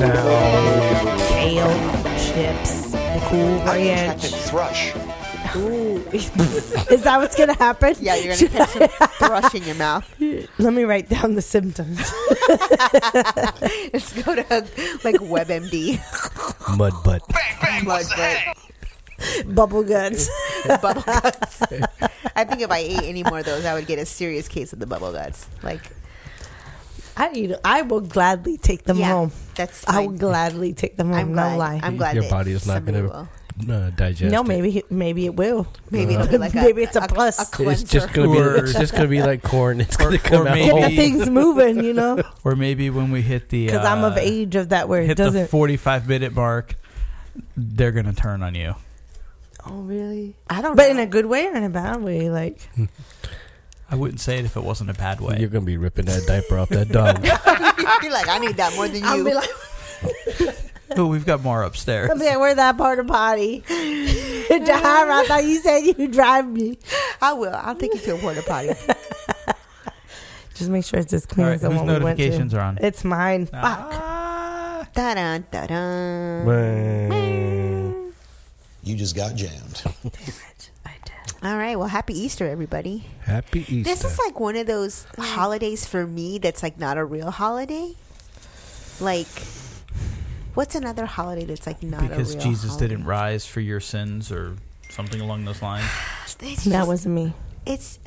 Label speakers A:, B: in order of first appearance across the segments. A: Now,
B: No.
A: kale, chips, the cool ranch.
C: thrush.
A: Is that what's gonna happen?
D: Yeah, you're gonna catch some thrush in your mouth.
A: Let me write down the symptoms.
D: Just go to like WebMD.
B: Mud butt.
D: Blood, but
A: Bubble guts.
D: bubble guts. I think if I ate any more of those, I would get a serious case of the bubble guts. Like,
A: I eat. I will gladly take them
D: Yeah,
A: home.
D: that's
A: I will
D: fine.
A: gladly take them home.
D: I'm
A: no
D: glad.
A: lie.
D: I'm glad
B: Your
D: that
B: body is not
D: somebody
B: gonna
D: will.
B: Uh, digest.
A: no,
B: it.
A: maybe maybe it will.
D: Maybe it'll be like a,
A: Maybe it's a plus. It's
B: It's
D: cleanser.
B: just gonna be.
E: Or-
B: It's just gonna be like corn. It's gonna
E: or
B: come out.
E: maybe-
A: Get the
B: whole.
A: things moving, you know,
E: Or maybe when we hit the
A: because I'm of
E: uh,
A: age of that where it
E: hit the
A: doesn't.
E: 45 minute mark, they're gonna turn on you.
A: oh, really?
D: I don't.
A: But
D: know.
A: in a good way or in a bad way, like
E: I wouldn't say it if it wasn't a bad
B: You're
E: way.
B: gonna be ripping that diaper off that dog.
D: You're like, I need that more than you.
A: I'll be like,
E: But we've got more upstairs.
A: I'll be like, where that part of body? Jahara, I thought you said you drive me.
D: I will. I'll take you to a porta potty.
A: Just make sure it's as
E: All
A: clean
E: right,
A: as
E: whose
A: the one we went
E: notifications
A: to.
E: are on?
A: It's mine. Fuck.
E: Ah.
D: Da-dun, da-dun.
B: Man.
C: You just got jammed.
A: I did.
D: All right. Well, happy Easter, everybody.
B: Happy Easter.
D: This is like one of those holidays for me that's like not a real holiday. Like, what's another holiday that's like not
E: because
D: a real
E: Jesus
D: holiday?
E: didn't rise for your sins or something along those lines.
D: It's
A: That
D: just-
A: wasn't me.
D: It's.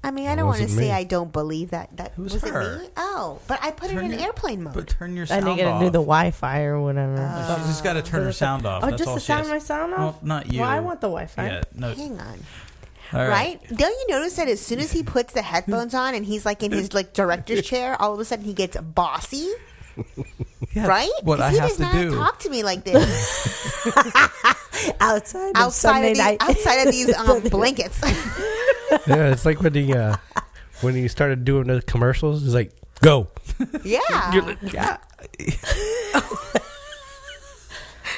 D: I mean, I
B: That
D: don't want to
B: wasn't
D: say
B: me.
D: I don't believe that. That
E: It was
D: was
E: her.
D: it. Me? Oh, but I put it in
E: your-
D: airplane mode.
E: But turn your
A: I
E: sound
A: didn't get
E: off.
A: to do the Wi-Fi or whatever.
E: No, she's just got to turn her sound off.
A: oh,
E: That's
A: just
E: all
A: the
E: she
A: sound of
E: has.
A: my sound off.
E: Well, not you.
A: Well, I want the Wi-Fi.
E: Yeah, no.
D: Hang on,
E: All right.
D: right? Don't you notice that as soon as he puts the headphones on and he's like in his like director's chair, all of a sudden he gets bossy,
E: Yeah, that's
D: right?
E: What
D: 'Cause
E: I
D: he
E: have
D: does
E: to
D: not
E: do.
D: talk to me like this
A: Outside, of
D: outside
A: Sunday
D: of these,
A: night.
D: outside of these um, blankets.
B: yeah, it's like when he uh, when he started doing the commercials. It's like go.
D: yeah.
B: You're like,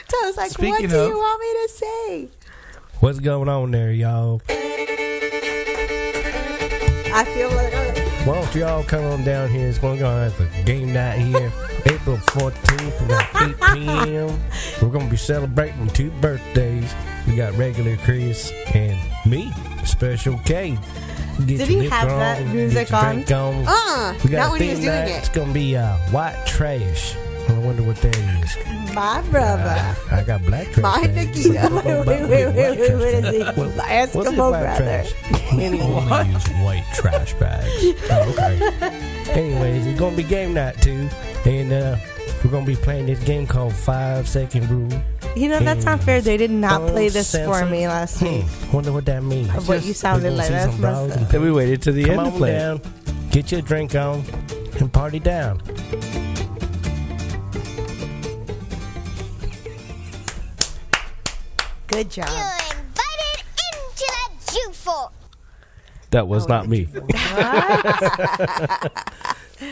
D: So I was like, what
E: Speaking
D: do
E: of-
D: you want me to say?
B: What's going on there, y'all?
A: I feel like I'm
B: Why don't y'all come on down here? It's going to have a game night here, April 14th at 8 p.m. We're going to be celebrating two birthdays. We got regular Chris and me, Special K. Get
A: Did
B: your
A: he
B: liquor
A: have that
B: on,
A: music
B: get your
A: on?
B: drink on?
D: Uh,
B: we
D: not
B: got a
D: when he was
B: theme
D: doing
B: night. It's
D: it.
B: going to be uh, white trash. I wonder what that is.
A: my brother.
B: Uh, I got black trash.
D: My
B: bags, so
D: Nikita.
B: we're gonna buy
A: Wait, wait,
B: white
A: wait, wait, what is
B: trash bags.
A: he?
B: What-
A: My
B: what's
A: Eskimo
B: his white
A: brother.
B: trash? Anyway.
E: Only use white trash bags.
B: Oh, okay. Anyways, it's gonna be game night too, and uh, we're gonna be playing this game called Five Second Rule.
A: You know that's not fair. They did not play this for
B: Uncensored.
A: me last week.
B: Hmm, wonder what that means.
A: Of what you sounded
B: We're gonna
A: like.
B: see
A: That's
B: some
A: messed
B: bras
A: up.
B: and pillows.
E: waited to the
B: Come on down, get your drink on, and party down.
D: Good job.
F: Um,
G: You're invited into the Juful.
B: That
A: Oh,
B: was not me.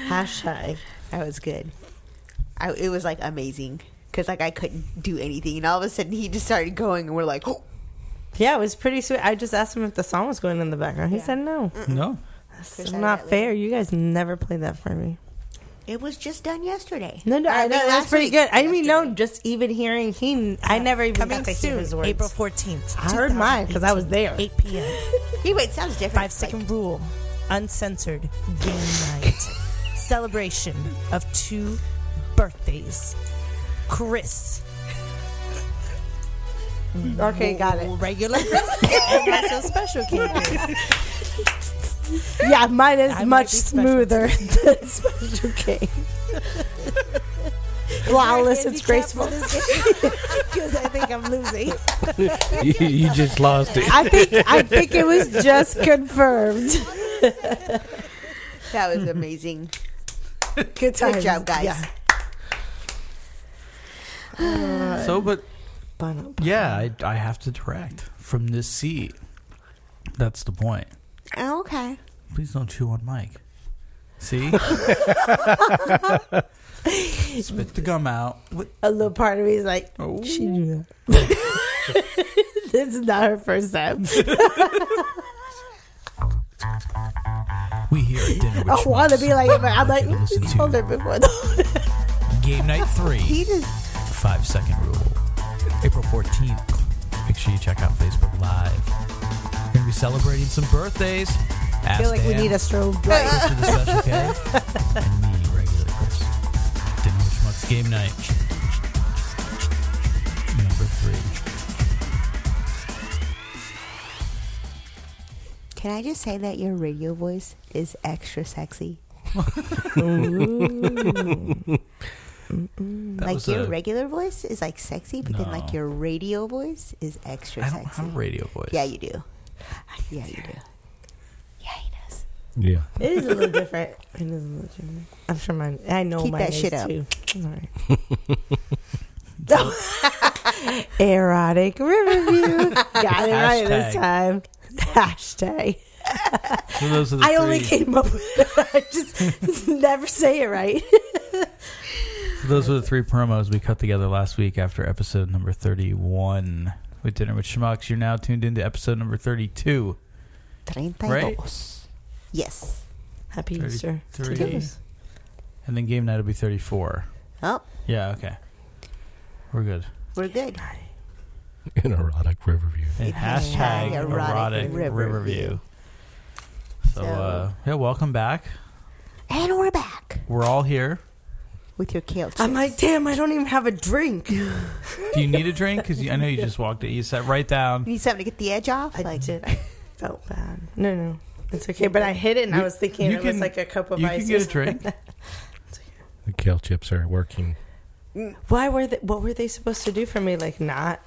A: Hashtag.
D: That was good. I, it was like amazing because like I couldn't do anything, and all of a sudden he just started going, and we're like, oh,
A: Yeah, it was pretty sweet. I just asked him if the song was going in the background. He
D: Yeah. Mm,
A: said no.
E: No.
A: It's
D: Push that out
A: not
D: later.
A: fair. You guys never played that for me.
D: it was just done yesterday.
A: No, no, I,
D: mean,
A: know that's
D: last
A: pretty
D: week.
A: good. I mean, no,
D: Yesterday.
A: just even hearing he, I never even
H: Coming
A: got to hear
H: soon,
A: his words.
H: April 14th.
A: I heard mine because I was there.
H: 8 p.m.
D: He wait, sounds different.
H: Five
D: Like,
H: second rule. Uncensored game night. Celebration of two birthdays. Chris.
A: Okay, got it.
H: Regular Chris. and also special King Chris.
A: Yeah, mine is
H: I might
A: much
H: be special
A: smoother than Special K. Flawless, it's graceful.
H: Because I think I'm losing.
B: you, you just lost it.
A: I think I think it was just confirmed.
D: that was amazing.
A: Good,
D: Good
A: times.
D: job, guys.
A: Yeah.
E: So, but
A: Bun up.
E: yeah, I, I have to direct from this seat. That's the point.
A: Oh, okay.
E: Please don't chew on Mike. See? Spit the gum out. What?
H: A little part of me is like,
E: Oh.
H: she knew that. this is not her first time.
E: We here at dinner with
H: I want to
E: Schmucks.
H: be like, him, but I'm like,
E: Listen
H: "Ooh, we
E: to
H: told her
E: you.
H: before.
E: game night three,
A: He just
E: five second rule. April 14th. Make sure you check out Facebook Live. We're going to be celebrating some birthdays. I
I: feel like we need a strobe light.
E: Chris with a special K. and me, regular Chris. Dinner with Schmucks game night. Number three.
A: Can I just say that your radio voice is extra sexy?
E: That
A: like
E: was
A: your
E: a-
A: regular voice is like sexy, but then like
E: No.
A: your radio voice is extra
E: I don't
A: sexy.
E: have a radio voice.
A: yeah, you do. Yeah, you do. Yeah, he does.
B: Yeah.
H: It is a little different. It is a little different. I'm sure mine. I know
A: Keep
H: mine
A: that
H: is
A: shit up.
H: too. It's all right. Erotic review. Got it right this
E: Hashtag.
H: time. Hashtag.
E: So those are the
H: I only
E: three-
H: came up with I just never say it right.
E: Those were the three promos we cut together last week after episode number 31 with Dinner with Schmucks. You're now tuned into episode number 32. Right?
A: 32. Yes.
H: Happy
E: Thirty-
H: Easter.
E: three.
H: to those.
E: And then game night will be 34.
A: Oh,
E: Yeah, okay. We're good.
A: we're good.
B: An erotic review.
E: And hashtag
A: Hashtag
E: erotic,
A: erotic
E: river,
A: river
E: view.
A: view.
E: So,
A: So-
E: uh, yeah, welcome back.
A: And we're back
E: We're all here.
A: with your kale chips.
H: I'm like, damn, I don't even have a drink.
E: Do you need a drink? Because I know you just walked it. You sat right down.
A: you need something to get the edge off?
H: I
A: like,
H: did. I felt bad. No, no. It's okay. But I hid it and I
E: You-
H: was thinking
E: you
H: it was
E: can-
H: like a cup of
E: You
H: ice.
E: can
H: or
E: get a
H: something.
E: drink.
B: The kale chips are working.
H: Why were they, what were they supposed to do for me? Like not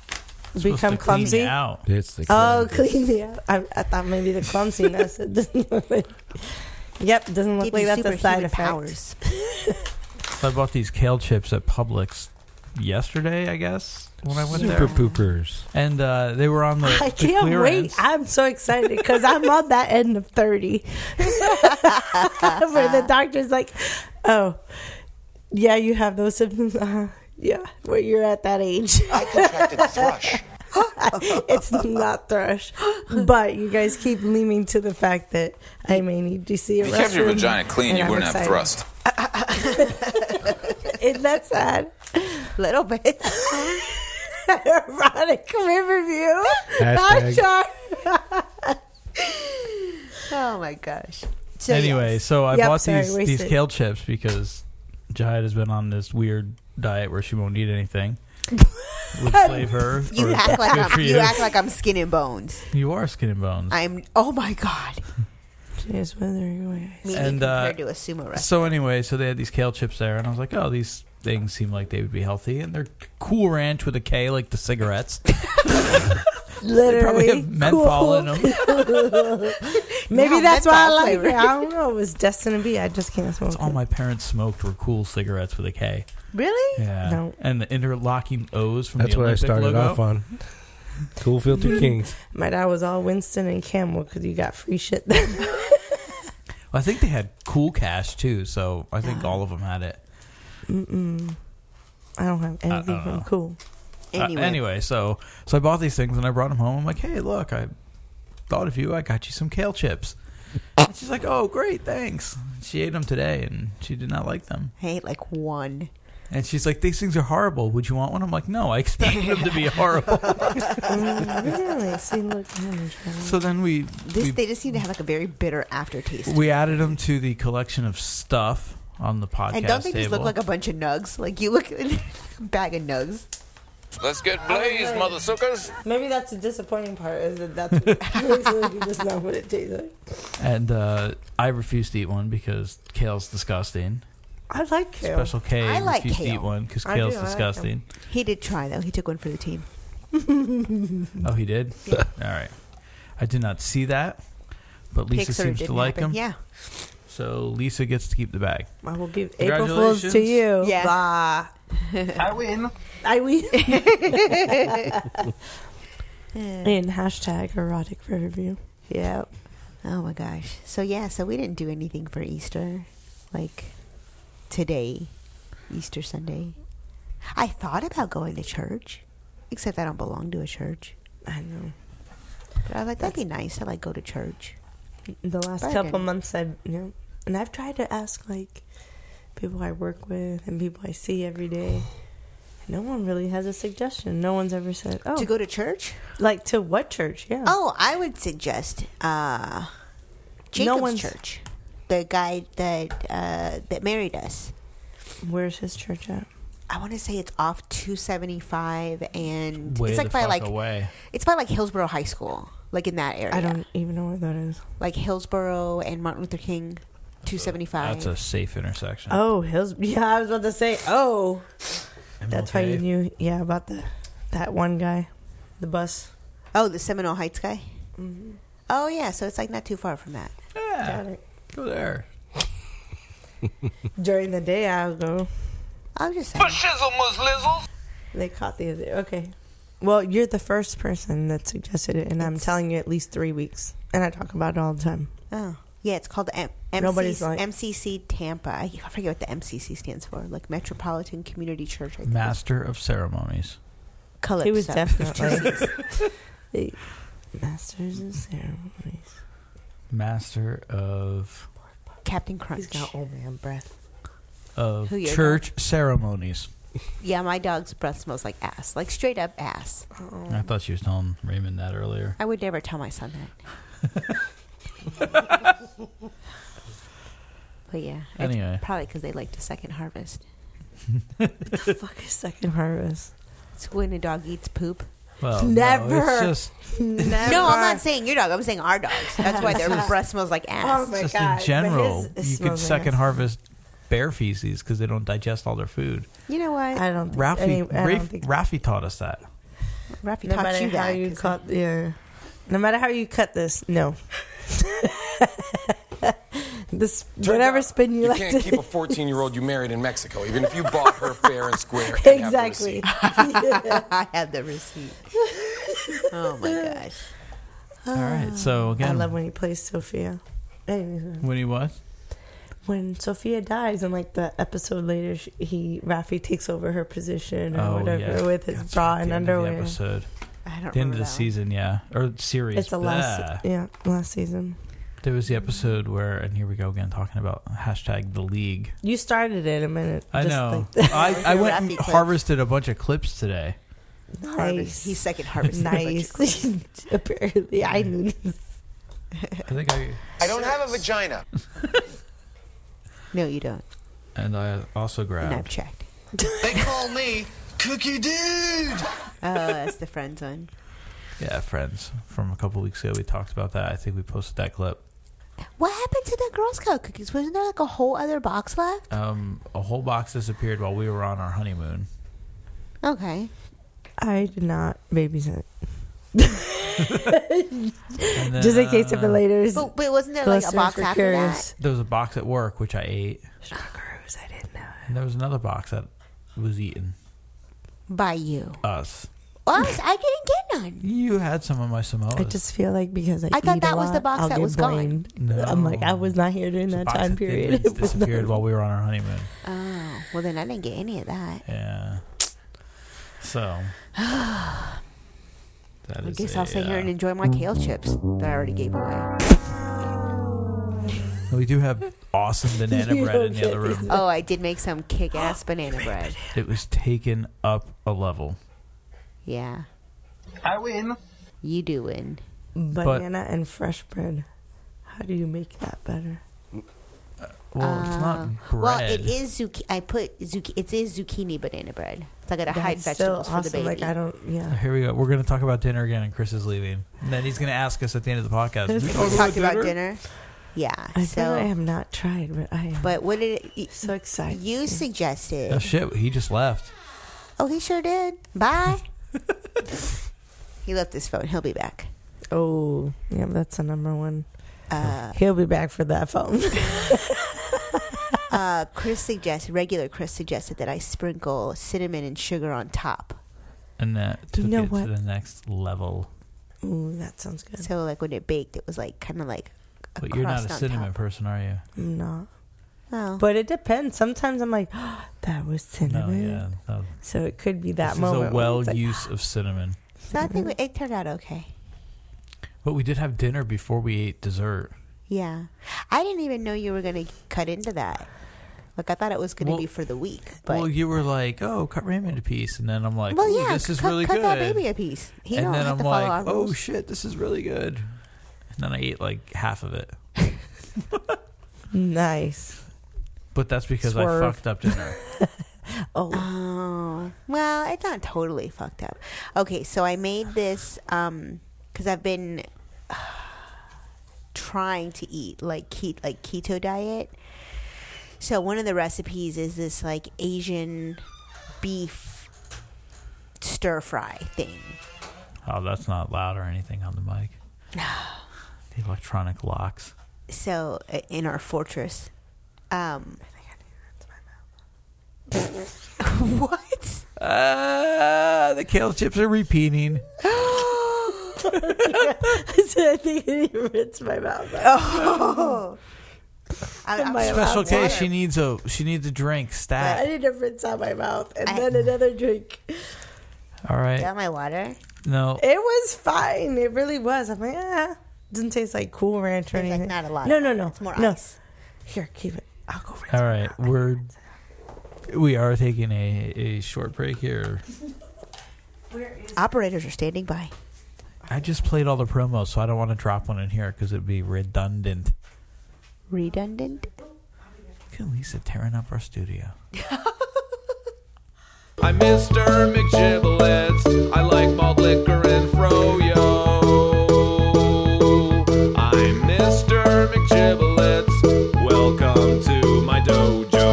E: Supposed to
H: become
E: clean you
H: clumsy?
E: out.
B: It's the
H: Oh,
B: kale.
H: clean me up. I, I thought maybe the clumsiness. it doesn't look like, yep, doesn't look
A: give
H: like
A: you
H: that's a side
A: superhuman
H: effect.
A: powers.
E: So I bought these kale chips at Publix yesterday, I guess, when I went
B: Super
E: there.
B: poopers.
E: And uh, they were on the,
H: I
E: the
H: can't wait.
E: clearance.
H: I'm so excited because I'm on that end of 30 where the doctor's like, oh, yeah, you have those symptoms. Uh, yeah, where you're at that age.
C: I contracted thrush.
H: it's not thrush. But you guys keep leaning to the fact that I may need to see a
J: If you kept your
H: restroom,
J: vagina clean,
H: and
J: you
H: I'm
J: wouldn't have
H: excited.
J: thrust.
H: Isn't that sad?
A: Little bit.
H: Erotic review.
B: Hashtag.
H: Hashtag.
A: oh my gosh. So,
E: anyway,
A: yes.
E: so I
H: Yep,
E: bought
H: sorry,
E: these these
H: wasted.
E: kale chips because Jihad has been on this weird diet where she won't eat anything. Would slave her.
A: You
E: or-
A: act like
E: good for
A: I'm, you
E: you.
A: act like I'm skin and bones.
E: you are skin and bones.
A: I'm. Oh my god.
H: Jeez, whether you guys-
A: Me
E: And, uh,
A: compared to a sumo wrestler.
E: so anyway, so they had these kale chips there, and I was like, oh, these things seem like they would be healthy, and they're Cool Ranch with a K, like the cigarettes.
H: Literally.
E: they probably have menthol
H: cool.
E: in them.
H: Maybe
A: Yeah,
H: that's why I
A: menthol
H: like
A: flavor.
H: it. I don't know. It was destined to be. I just can't smoke.
E: All
H: it.
E: my parents smoked were cool cigarettes with a K.
A: really?
E: Yeah,
H: No.
E: and the interlocking O's from
B: That's
E: the
B: what I
E: Olympic
B: started
E: logo.
B: off on. Cool Filter Kings.
H: My dad was all Winston and Camel because you got free shit. Then.
E: Well, I think they had Cool Cash too, so I think all of them had it.
H: Mm-mm. I don't have anything
E: don't
H: from
E: know.
H: cool.
E: Uh,
A: Anyway.
E: anyway, so so I bought these things and I brought them home. I'm like, hey, look, I thought of you. I got you some kale chips. And she's like, oh, great, thanks. She ate them today and she did not like them.
A: I ate like one.
E: And she's like, these things are horrible. Would you want one? I'm like, no, I expected them to be horrible.
H: Mm, really? See, look. I'm trying.
E: so then we
A: This
E: we,
A: they just seem to have like a very bitter aftertaste.
E: we added them to the collection of stuff on the podcast
A: and don't they
E: table.
A: just look like a bunch of nugs? Like you look a bag of nugs.
J: Let's get blazed, mother suckers.
H: Maybe that's the disappointing part. Is that that's literally just not what it tastes like.
E: and uh, I refused to eat one because kale's disgusting.
H: I like kale.
E: Special K
A: I like
E: refused to eat
A: kale.
E: one because
H: I do,
E: kale's
H: I like 'em.
E: disgusting.
A: He did try though. He took one for the team.
E: Oh, he did. All right. I did not see that, but Lisa
A: Pig sort of
E: seems to
A: didn't
E: like
A: happen.
E: him.
A: Yeah.
E: So Lisa gets to keep the bag.
H: I will give April Fools to
E: Congratulations.
H: you.
A: Oh, Yeah.
H: Bah. I win. I win. In hashtag erotic review.
A: Yep. Oh my gosh. So yeah, so we didn't do anything for Easter, like today, Easter Sunday. I thought about going to church, except I don't belong to a church.
H: I know.
A: But I was like, that'd be nice. I like go to church.
H: The last
A: But I
H: couple
A: didn't.
H: months, I've you know, and I've tried to ask like people I work with and people I see every day. No one really has a suggestion. No one's ever said, "Oh,
A: To go to church?
H: like to what church?" Yeah.
A: Oh, I would suggest uh, Jacob's
H: one's-
A: church. The guy that uh, that married us.
H: Where's his church at?
A: I want to say it's off 275 and
E: Way
A: it's
E: the
A: like by
E: fuck
A: like
E: away.
A: it's by like Hillsborough High School, like in that area.
H: I don't even know where that is.
A: like Hillsborough and Martin Luther King, 275.
E: That's a safe intersection.
H: Oh, Hills. Yeah, I was about to say. Oh,
E: Am I
H: that's why
E: okay?
H: you knew. Yeah, about the that one guy, the bus.
A: oh, the Seminole Heights guy. Oh yeah, so it's like not too far from that.
E: Yeah,
H: Got it.
E: go there.
H: During the day, I'll go.
A: I'm just saying.
J: But shizzle mus lizzles.
H: They caught the other. Okay. Well, you're the first person that suggested it, and I'm
A: It's-
H: telling you at least three weeks. And I talk about it all the time.
A: Oh yeah, it's called M-
H: Nobody's
A: MCC,
H: like-
A: MCC Tampa. I I forget what the MCC stands for, like Metropolitan Community Church. I think.
E: Master of ceremonies.
A: Calypso.
H: He was definitely the masters of ceremonies.
E: Master of
A: Captain Crunch.
H: old man breath.
E: of
A: Who you're
E: church ceremonies.
A: Yeah, my dog's breath smells like ass, like straight up ass.
H: Oh.
E: I thought she was telling Raymond that earlier.
A: I would never tell my son that. but yeah, it's
E: Anyway.
A: probably because they like to second harvest.
H: Fuck a second harvest.
A: It's when a dog eats poop.
E: Well, No,
H: Never.
E: it's just,
A: No, I'm not saying your dog. I'm saying our dogs. That's why their breath smells like ass.
H: Oh my
E: just
H: God,
E: in
H: but
E: general,
H: his- it
E: you could
H: smells like
E: second
H: ass.
E: harvest bear feces because they don't digest all their food.
A: you know what?
H: I don't think
E: Ralphie,
H: any- I
E: Raf-
H: don't think
E: Ralphie taught us that.
A: Rafi
H: no
A: taught
H: matter
A: you
H: how
A: that.
H: you
A: 'cause
H: cut yeah no matter how you cut this no this whatever spin you,
C: You
H: like
C: can't
H: to
C: keep a 14 year old you married in Mexico, even if you bought her fair and square. And have the
H: exactly
C: receipt.
A: I have the receipt. oh my gosh.
E: All right, so
H: Ah, i
E: again,
H: love when he plays sophia Anyway,
E: when he was
H: when sophia dies and like the episode later she, he rafi takes over her position
E: Oh,
H: or whatever with his
E: That's
H: bra
E: right,
H: and
E: the end of the
H: underwear
E: episode,
A: I don't
E: the end of
A: remember
E: the
A: that one.
E: season, yeah, or series.
H: it's the
E: Blah.
H: last yeah last season
E: There was the episode where, and here we go again, talking about hashtag the league.
H: you started it a minute
E: I
H: just
E: know.
H: like
E: I, I went and
A: Rafi clips.
E: harvested a bunch of clips today.
A: Harvest. He
H: nice
A: second harvested. a bunch of clips.
H: nice apparently i knew
E: I think I
C: I don't have a vagina.
A: No, you don't.
E: and I also
A: And I've
E: grabbed.
A: checked.
C: They call me Cookie Dude.
A: Oh, that's the friend zone.
E: Yeah, friends from a couple weeks ago. We talked about that. I think we posted that clip.
A: What happened to the Girl Scout cookies? Wasn't there like a whole other box left?
E: Um, a whole box disappeared while we were on our honeymoon.
A: Okay.
H: I did not babysit.
E: And then,
H: Just in case
E: uh,
H: if it later is
A: But, but wasn't there like a
H: listeners
A: box
H: were
A: after
H: curious.
E: there was a box at work which I ate,
H: Cruise, I didn't know.
E: and there was another box that was eaten.
A: that? By you.
E: Us.
A: Well, I, was, I didn't get none.
E: You had some of my Samoas.
H: I just feel like because I,
A: I thought
H: eat
A: that
H: a
A: was the
H: lot,
A: box
H: I'll
A: that
H: get
A: was gone.
H: blamed.
E: No.
H: I'm like I was not here during
E: It's a
H: that
E: box
H: time
E: of
H: period.
E: Thin Mints disappeared while we were on our honeymoon.
A: Oh, well, then I didn't get any of that.
E: Yeah. So. that
A: I
E: is
A: guess
E: a,
A: I'll sit here
E: uh,
A: and enjoy my kale chips that I already gave away.
E: We do have awesome banana
H: You
E: bread in
H: don't
E: the other
H: get
E: room.
A: Oh, I did make some kick ass banana bread.
E: It was taken up a level.
A: Yeah.
K: I win.
A: You do win.
H: Banana and fresh bread. How do you make that better?
E: Well, it's not bread.
A: Ah. Well, it is zucchini. I put zucchini. It is zucchini banana bread. So I got to hide
H: That's
A: vegetables for the
H: awesome.
A: baby.
H: Like I don't. Yeah.
E: Here we go. We're going to talk about dinner again, and Chris is leaving. And then he's going to ask us at the end of Oh, the podcast. "We
A: we
E: talked
A: talked about dinner. Yeah.
H: I feel I
A: so,
H: have not tried, but I am
A: but what did it,
H: so excited.
A: you suggested?
E: Oh, shit. He just left.
A: Oh, he sure did. Bye. he left his phone. He'll be back.
H: oh, yeah. That's the number one.
A: Uh,
H: He'll be back for that phone.
E: Oh.
A: uh, Chris suggested, regular Chris suggested that I sprinkle cinnamon and sugar on top.
E: And that took
H: know
E: it
H: what?
E: to the next level.
H: Ooh, that sounds good.
A: So like when it baked, it was like kind of like a
E: But you're not
A: crust
E: a
A: on
E: cinnamon
A: top.
E: person, are you?
H: I'm not.
A: Oh.
H: But it depends. Sometimes I'm like, oh, that was
E: No,
H: cinnamon.
E: yeah. no.
H: So it could be that
E: This
H: moment.
E: is a
H: where
E: well
H: it's like,
E: use of cinnamon.
A: so I think it turned out okay.
E: But we did have dinner before we ate dessert.
A: Yeah, I didn't even know you were gonna cut into that. Like I thought it was gonna
E: Well-
A: be for the week, but
E: well, you were like, "Oh, cut Raymond a piece," and then I'm like,
A: Well,
E: "Ooh,
A: yeah,
E: this is
A: cut,
E: really
A: cut
E: good."
A: that baby a piece. He
E: and
A: don't
E: then
A: have
E: I'm
A: to follow
E: like,
A: our
E: "Oh
A: rules.
E: shit, this is really good." And then I ate like half of it,
H: nice.
E: but that's because I
H: Swerve.
E: fucked up dinner.
H: Oh,
A: Oh, well, it's not totally fucked up. Okay, so I made this um because I've been trying to eat like keto, like keto diet. So one of the recipes is this like Asian beef stir fry thing.
E: oh, that's not loud or anything on the mic. the electronic locks.
A: So uh, in our fortress, um, what?
E: Ah, the kale chips are repeating.
H: I think it rinsed my mouth. out.
A: I, Oh. I'm
E: Special case. She needs a she needs a drink.
H: I
A: Ah.
E: Stat.
H: need to rinse out my mouth and
A: I-
H: then another drink.
E: All
A: Is
E: right.
A: that my water?
E: No.
H: It was fine. It really was. I'm like, ah, doesn't taste like Cool Ranch or
A: There's
H: anything.
A: like not a lot.
H: No,
A: of
H: no,
A: it.
H: no.
A: It's more
H: no.
A: ice.
H: Here, keep it. I'll go rinse.
E: All right. We're we are taking a, a short break here.
A: Operators are standing by.
E: I just played all the promos, so I don't want to drop one in here because it'd be redundant.
A: Redundant.
E: Look at Lisa tearing up our studio.
K: I'm Mr. McGibblets. I like malt liquor and froyo. I'm Mr. McGibblets. Welcome to my dojo.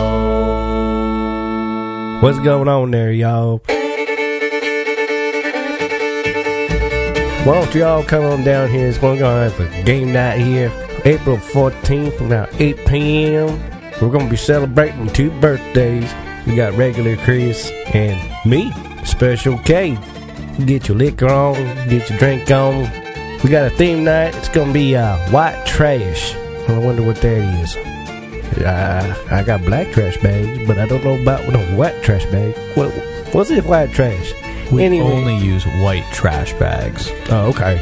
B: What's going on there, y'all? Why don't y'all come on down here? It's going to have a game night here, April 14th, about 8 p.m. We're going to be celebrating two birthdays. We got regular Chris and me, Special K. Get your liquor on, get your drink on. We got a theme night. It's going to be uh, white trash. I wonder what that is. I, I got black trash bags, but I don't know about the white trash bag. What was it? White trash.
E: We
B: Anyway.
E: only use white trash bags.
B: Oh, okay.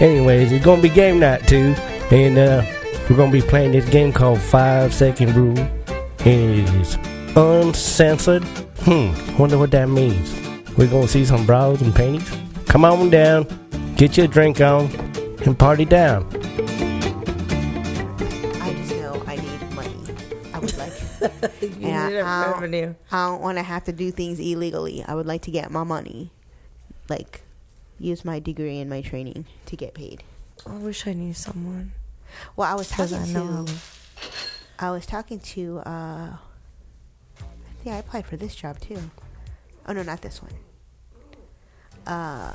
B: Anyways, it's gonna be game night too, and uh, we're gonna be playing this game called Five Second Rule, and it is uncensored. Hmm, wonder what that means. We're gonna see some bras and panties. Come on down, get your drink on, and party down.
A: I just know I need money. I would like.
H: You
A: Yeah,
H: need a
A: I'll-
H: revenue.
A: I don't want to have to do things illegally. I would like to get my money, like use my degree and my training to get paid.
H: I wish I knew someone.
A: Well, I was
H: Because
A: talking
H: I know.
A: to. I was talking to. uh Yeah, I applied for this job too. Oh no, not this one. Uh,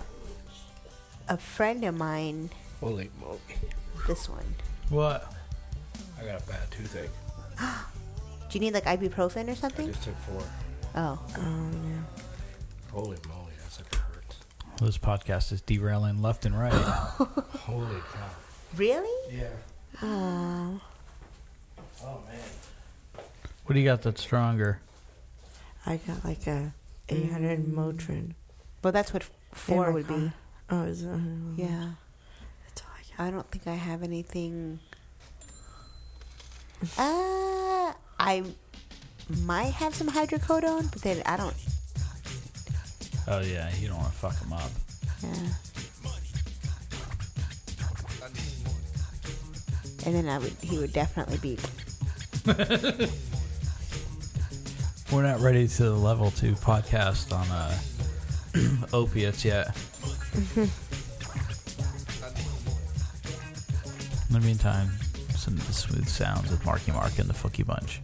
A: a friend of mine.
B: Holy moly!
A: This one.
E: What?
B: I got a bad toothache.
A: Do you need like ibuprofen or something?
B: took four.
A: Oh,
B: Holy moly! That's like hurt.
E: This podcast is derailing left and right.
B: Holy cow!
A: really?
B: Yeah.
A: Oh,
B: Oh man.
E: what do you got that's stronger?
H: I got like a 800 Motrin.
A: well, that's what f- four
H: my
A: would be.
H: car. Oh, is it? Yeah.
A: Yeah. I don't think I have anything. Uh, I might have some hydrocodone, but then I don't.
E: Oh yeah, you don't want to fuck them up.
A: Yeah. And then I would. He would definitely be.
E: We're not ready to the level two podcast on uh, opiates yet. In the meantime, some of the smooth sounds of Marky Mark and the Fookie Bunch.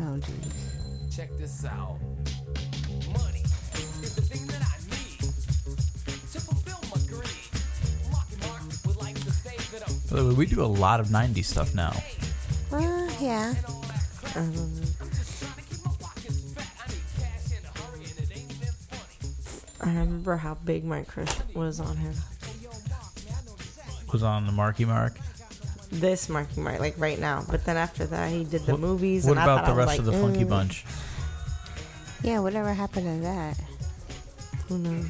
A: Oh, geez.
K: Check this out. Money is the thing that I need to fulfill my greed. Marky Mark would like to say that I'm
E: By the way, we do a lot of 90s stuff now.
A: Well, yeah.
H: I remember how big my crush was on him.
E: was on the Marky Mark.
H: This Marky Mark, like right now. But then after that, he did the
E: What-
H: movies.
E: What
H: and I
E: about
H: thought
E: the
H: I was
E: rest
H: like,
E: of the Funky
H: mm,
E: Bunch?
A: Yeah, whatever happened to that?
H: Who knows?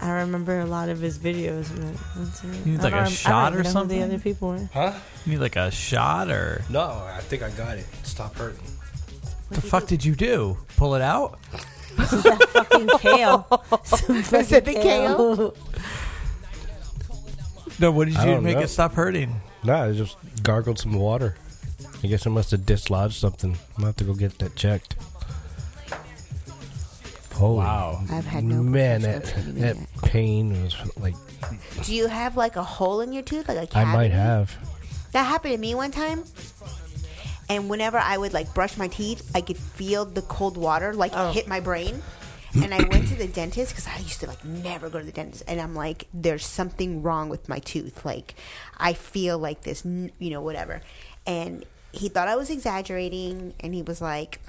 H: I remember a lot of his videos. But that's it.
E: He was
H: I
E: like a
H: don't rem- I don't
E: shot
H: even
E: or
H: know who
E: something?
H: The other people were.
B: Huh?
E: You need like a shot or
B: No, I think I got it. Stop hurting.
E: the fuck did you do? Pull it out?
H: Fucking kale.
A: Was it the kale?
E: No, what did you
B: I
E: do to
B: don't
E: make
B: know.
E: it stop hurting?
B: Nah, I just gargled some water. I guess I must have dislodged something. I'm gonna have to go get that checked. Holy wow!
A: I've had no
B: man, that,
A: professional training
B: that
A: yet.
B: pain was like
A: Do you have like a hole in your tooth, like a
B: I
A: cavity?
B: might have.
A: That happened to me one time. And whenever I would like brush my teeth, I could feel the cold water like hit my brain. And I went to the dentist because I used to like never go to the dentist. And I'm like, there's something wrong with my tooth. Like, I feel like this, n- you know, whatever. And he thought I was exaggerating. And he was like,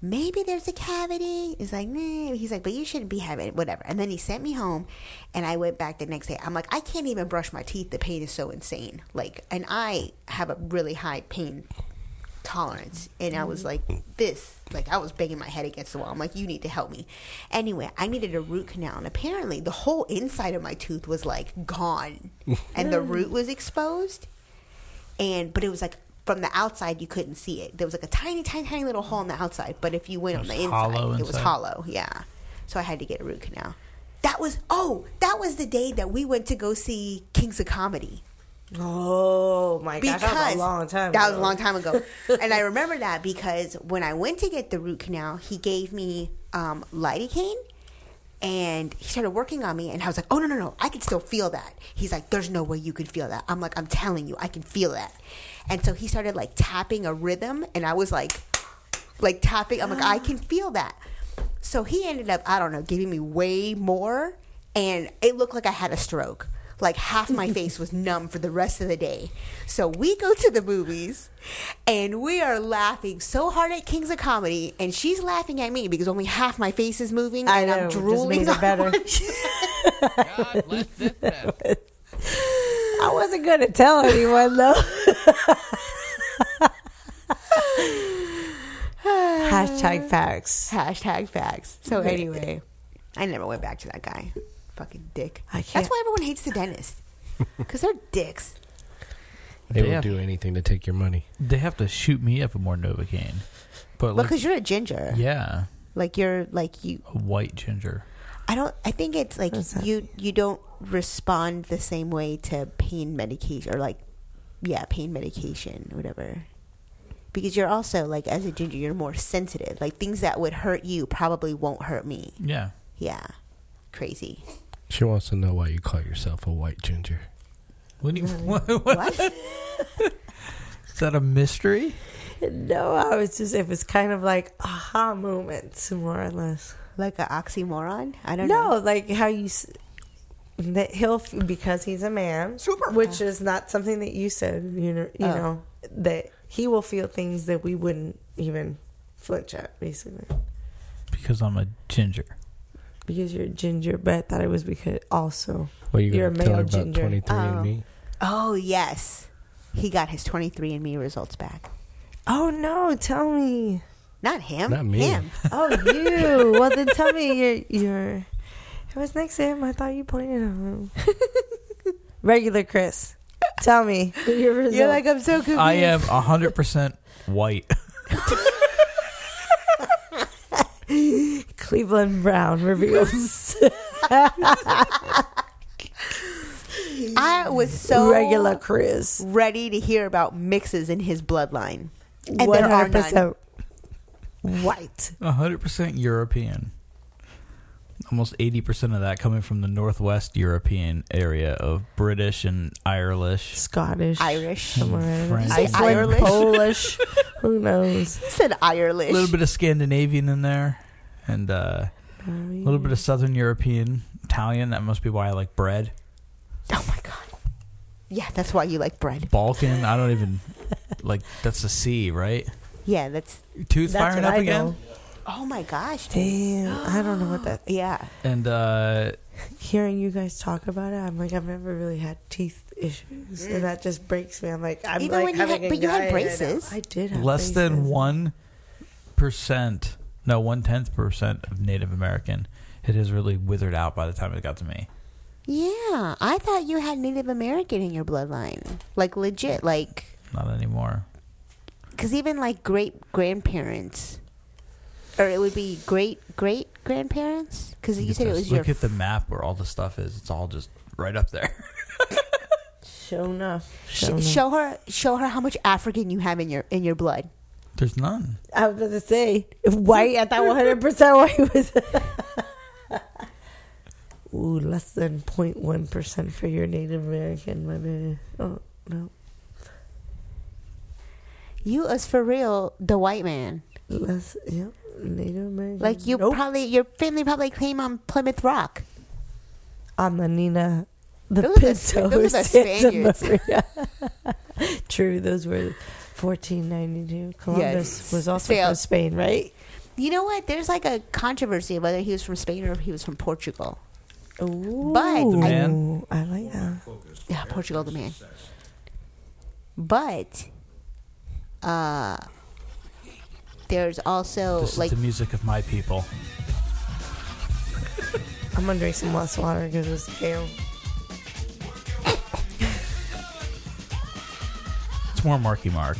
A: maybe there's a cavity. He's like, nah. He's like, but you shouldn't be having it, whatever. And then he sent me home, and I went back the next day. I'm like, I can't even brush my teeth. The pain is so insane. Like, and I have a really high pain tolerance. And I was like,
E: Mm-hmm.
A: this, like, I was banging my head against the wall. I'm like, you need to help me. Anyway, I needed a root canal, and apparently the whole inside of my tooth was like gone, and the root was exposed and but it was like from the outside you couldn't see it. There was like a tiny, tiny, tiny little hole on the outside, but if you went on
E: was
A: the inside,
E: hollow
A: it was
E: inside.
A: hollow. Yeah, so I had to get a root canal. That was oh, that was the day that we went to go see Kings of Comedy
H: Oh my gosh, that was a long time.
A: that
H: ago.
A: was a long time ago. and I remember that because when I went to get the root canal, he gave me um, lidocaine. And he started working on me, and I was like, "Oh no, no, no! I can still feel that." He's like, "There's no way you can feel that." I'm like, "I'm telling you, I can feel that." And so he started like tapping a rhythm, and I was like, like tapping. I'm like,
H: Ah.
A: I can feel that. So he ended up, I don't know, giving me way more, and it looked like I had a stroke. Like half my face was numb for the rest of the day. So we go to the movies, and we are laughing so hard at Kings of Comedy, and she's laughing at me because only half my face is moving,
H: I
A: and
H: know,
A: I'm
H: it just
A: drooling.
H: made it
A: on
H: better.
A: my shit.
J: God bless this man.
H: I wasn't gonna tell anyone though. Hashtag facts.
A: Hashtag facts. So anyway, I never went back to that guy. Fucking dick.
H: I
A: That's
H: can't-
A: why everyone hates the dentist because they're dicks.
B: They
E: Yeah.
B: will do anything to take your money.
E: They have to shoot me up with more Novocaine. But
A: Well,
E: like,
A: because you're a ginger.
E: yeah,
A: Like you're like you.
E: a white ginger.
A: I don't. I think it's like
H: What's that?
A: you. You don't respond the same way to pain medication or like, yeah, pain medication, whatever. Because you're also like as a ginger, you're more sensitive. Like things that would hurt you probably won't hurt me.
E: Yeah.
A: Yeah, crazy.
B: She wants to know why you call yourself a white ginger.
E: What do you, what,
A: What?
E: is that a mystery?
H: No, I was just, it was kind of like aha moments, more or less.
A: like an oxymoron? I don't know.
H: No, like how you, s- that he'll, f- because he's a man, Super. which is not something that you said, you know, you
A: Oh.
H: know, that he will feel things that we wouldn't even flinch at, basically.
E: Because I'm a ginger.
H: Because you're a ginger, but I thought it was because also.
B: Well, you
H: You're
B: gonna
H: a
B: tell
H: male
B: her about
H: ginger.
B: twenty three and me?
A: Oh yes, he got his 23andMe results back.
H: Oh no, tell me.
A: Not him.
B: Not me.
A: Him.
H: Oh, you. well, then tell me your your. It was next to him. I thought you pointed at him. Regular Chris, tell me your results.
A: You're like I'm so confused.
E: I am 100% white.
H: Cleveland Brown reveals
A: I was so
H: regular Chris.
A: ready to hear about mixes in his bloodline. And
H: One
A: there are
H: hundred
A: none.
H: percent white.
E: 100% European. Almost 80% of that coming from the Northwest European area of British and Irish.
H: Scottish,
A: Irish.
H: somewhere in there.
E: French.
A: Say
H: Iceland,
A: Irish.
H: Polish. Who knows?
A: He said Irish.
E: A little bit of Scandinavian in there. And uh, a little
H: Mm.
E: bit of Southern European. Italian. That must be why I like bread.
A: Oh my god. Yeah, that's why you like bread.
E: Balkan. I don't even. Like, that's a C, right?
A: Yeah, that's.
E: Your Tooth
H: That's
E: firing
H: what
E: up
H: I
E: again?
H: know.
A: Oh my gosh.
H: Damn, I don't know what that.
A: Yeah.
E: And uh,
H: hearing you guys talk about it, I'm like, I've never really had teeth issues, and that just breaks me. I'm like, I'm
A: Even
H: like
A: when you had-
H: having a
A: but you had
H: guy-
A: braces.
H: I did have
E: Less than
H: braces.
E: one percent, no, one tenth percent of Native American. It has really withered out by the time it got to me.
A: Yeah, I thought you had Native American in your bloodline. Like legit, like
E: Not anymore.
A: cuz even like great grandparents or it would be great great grandparents cuz you
E: Look
A: said
E: at
A: it
E: this.
A: was your
E: Look at the map where all the stuff is. It's all just right up there.
H: Show enough. Show
A: sh-
H: enough.
A: show her show her how much African you have in your in your blood.
E: There's none.
H: I was about to say white. I thought 100 percent white was. Ooh, less than 0.1 percent for your Native American. My baby. Oh no,
A: You is for real the white man.
H: less. Yep, Native American.
A: Like you
H: Nope.
A: probably your family probably came on Plymouth Rock.
H: on the Nina, the
A: Those are the
H: Pinto,
A: Sp- those are the
H: Santa
A: Spaniards.
H: Maria. True, those were 1492. Columbus
A: Yes.
H: was also
A: Sail-
H: from Spain, right?
A: You know what? There's like a controversy of whether he was from Spain or if he was from Portugal.
H: Ooh,
A: The
E: man.
H: I like that.
A: Yeah, Portugal the man. But uh there's also
E: This
A: Oh, like
E: is the music of my people.
H: I'm gonna drink some less water because it's kale.
E: It's more Marky Mark.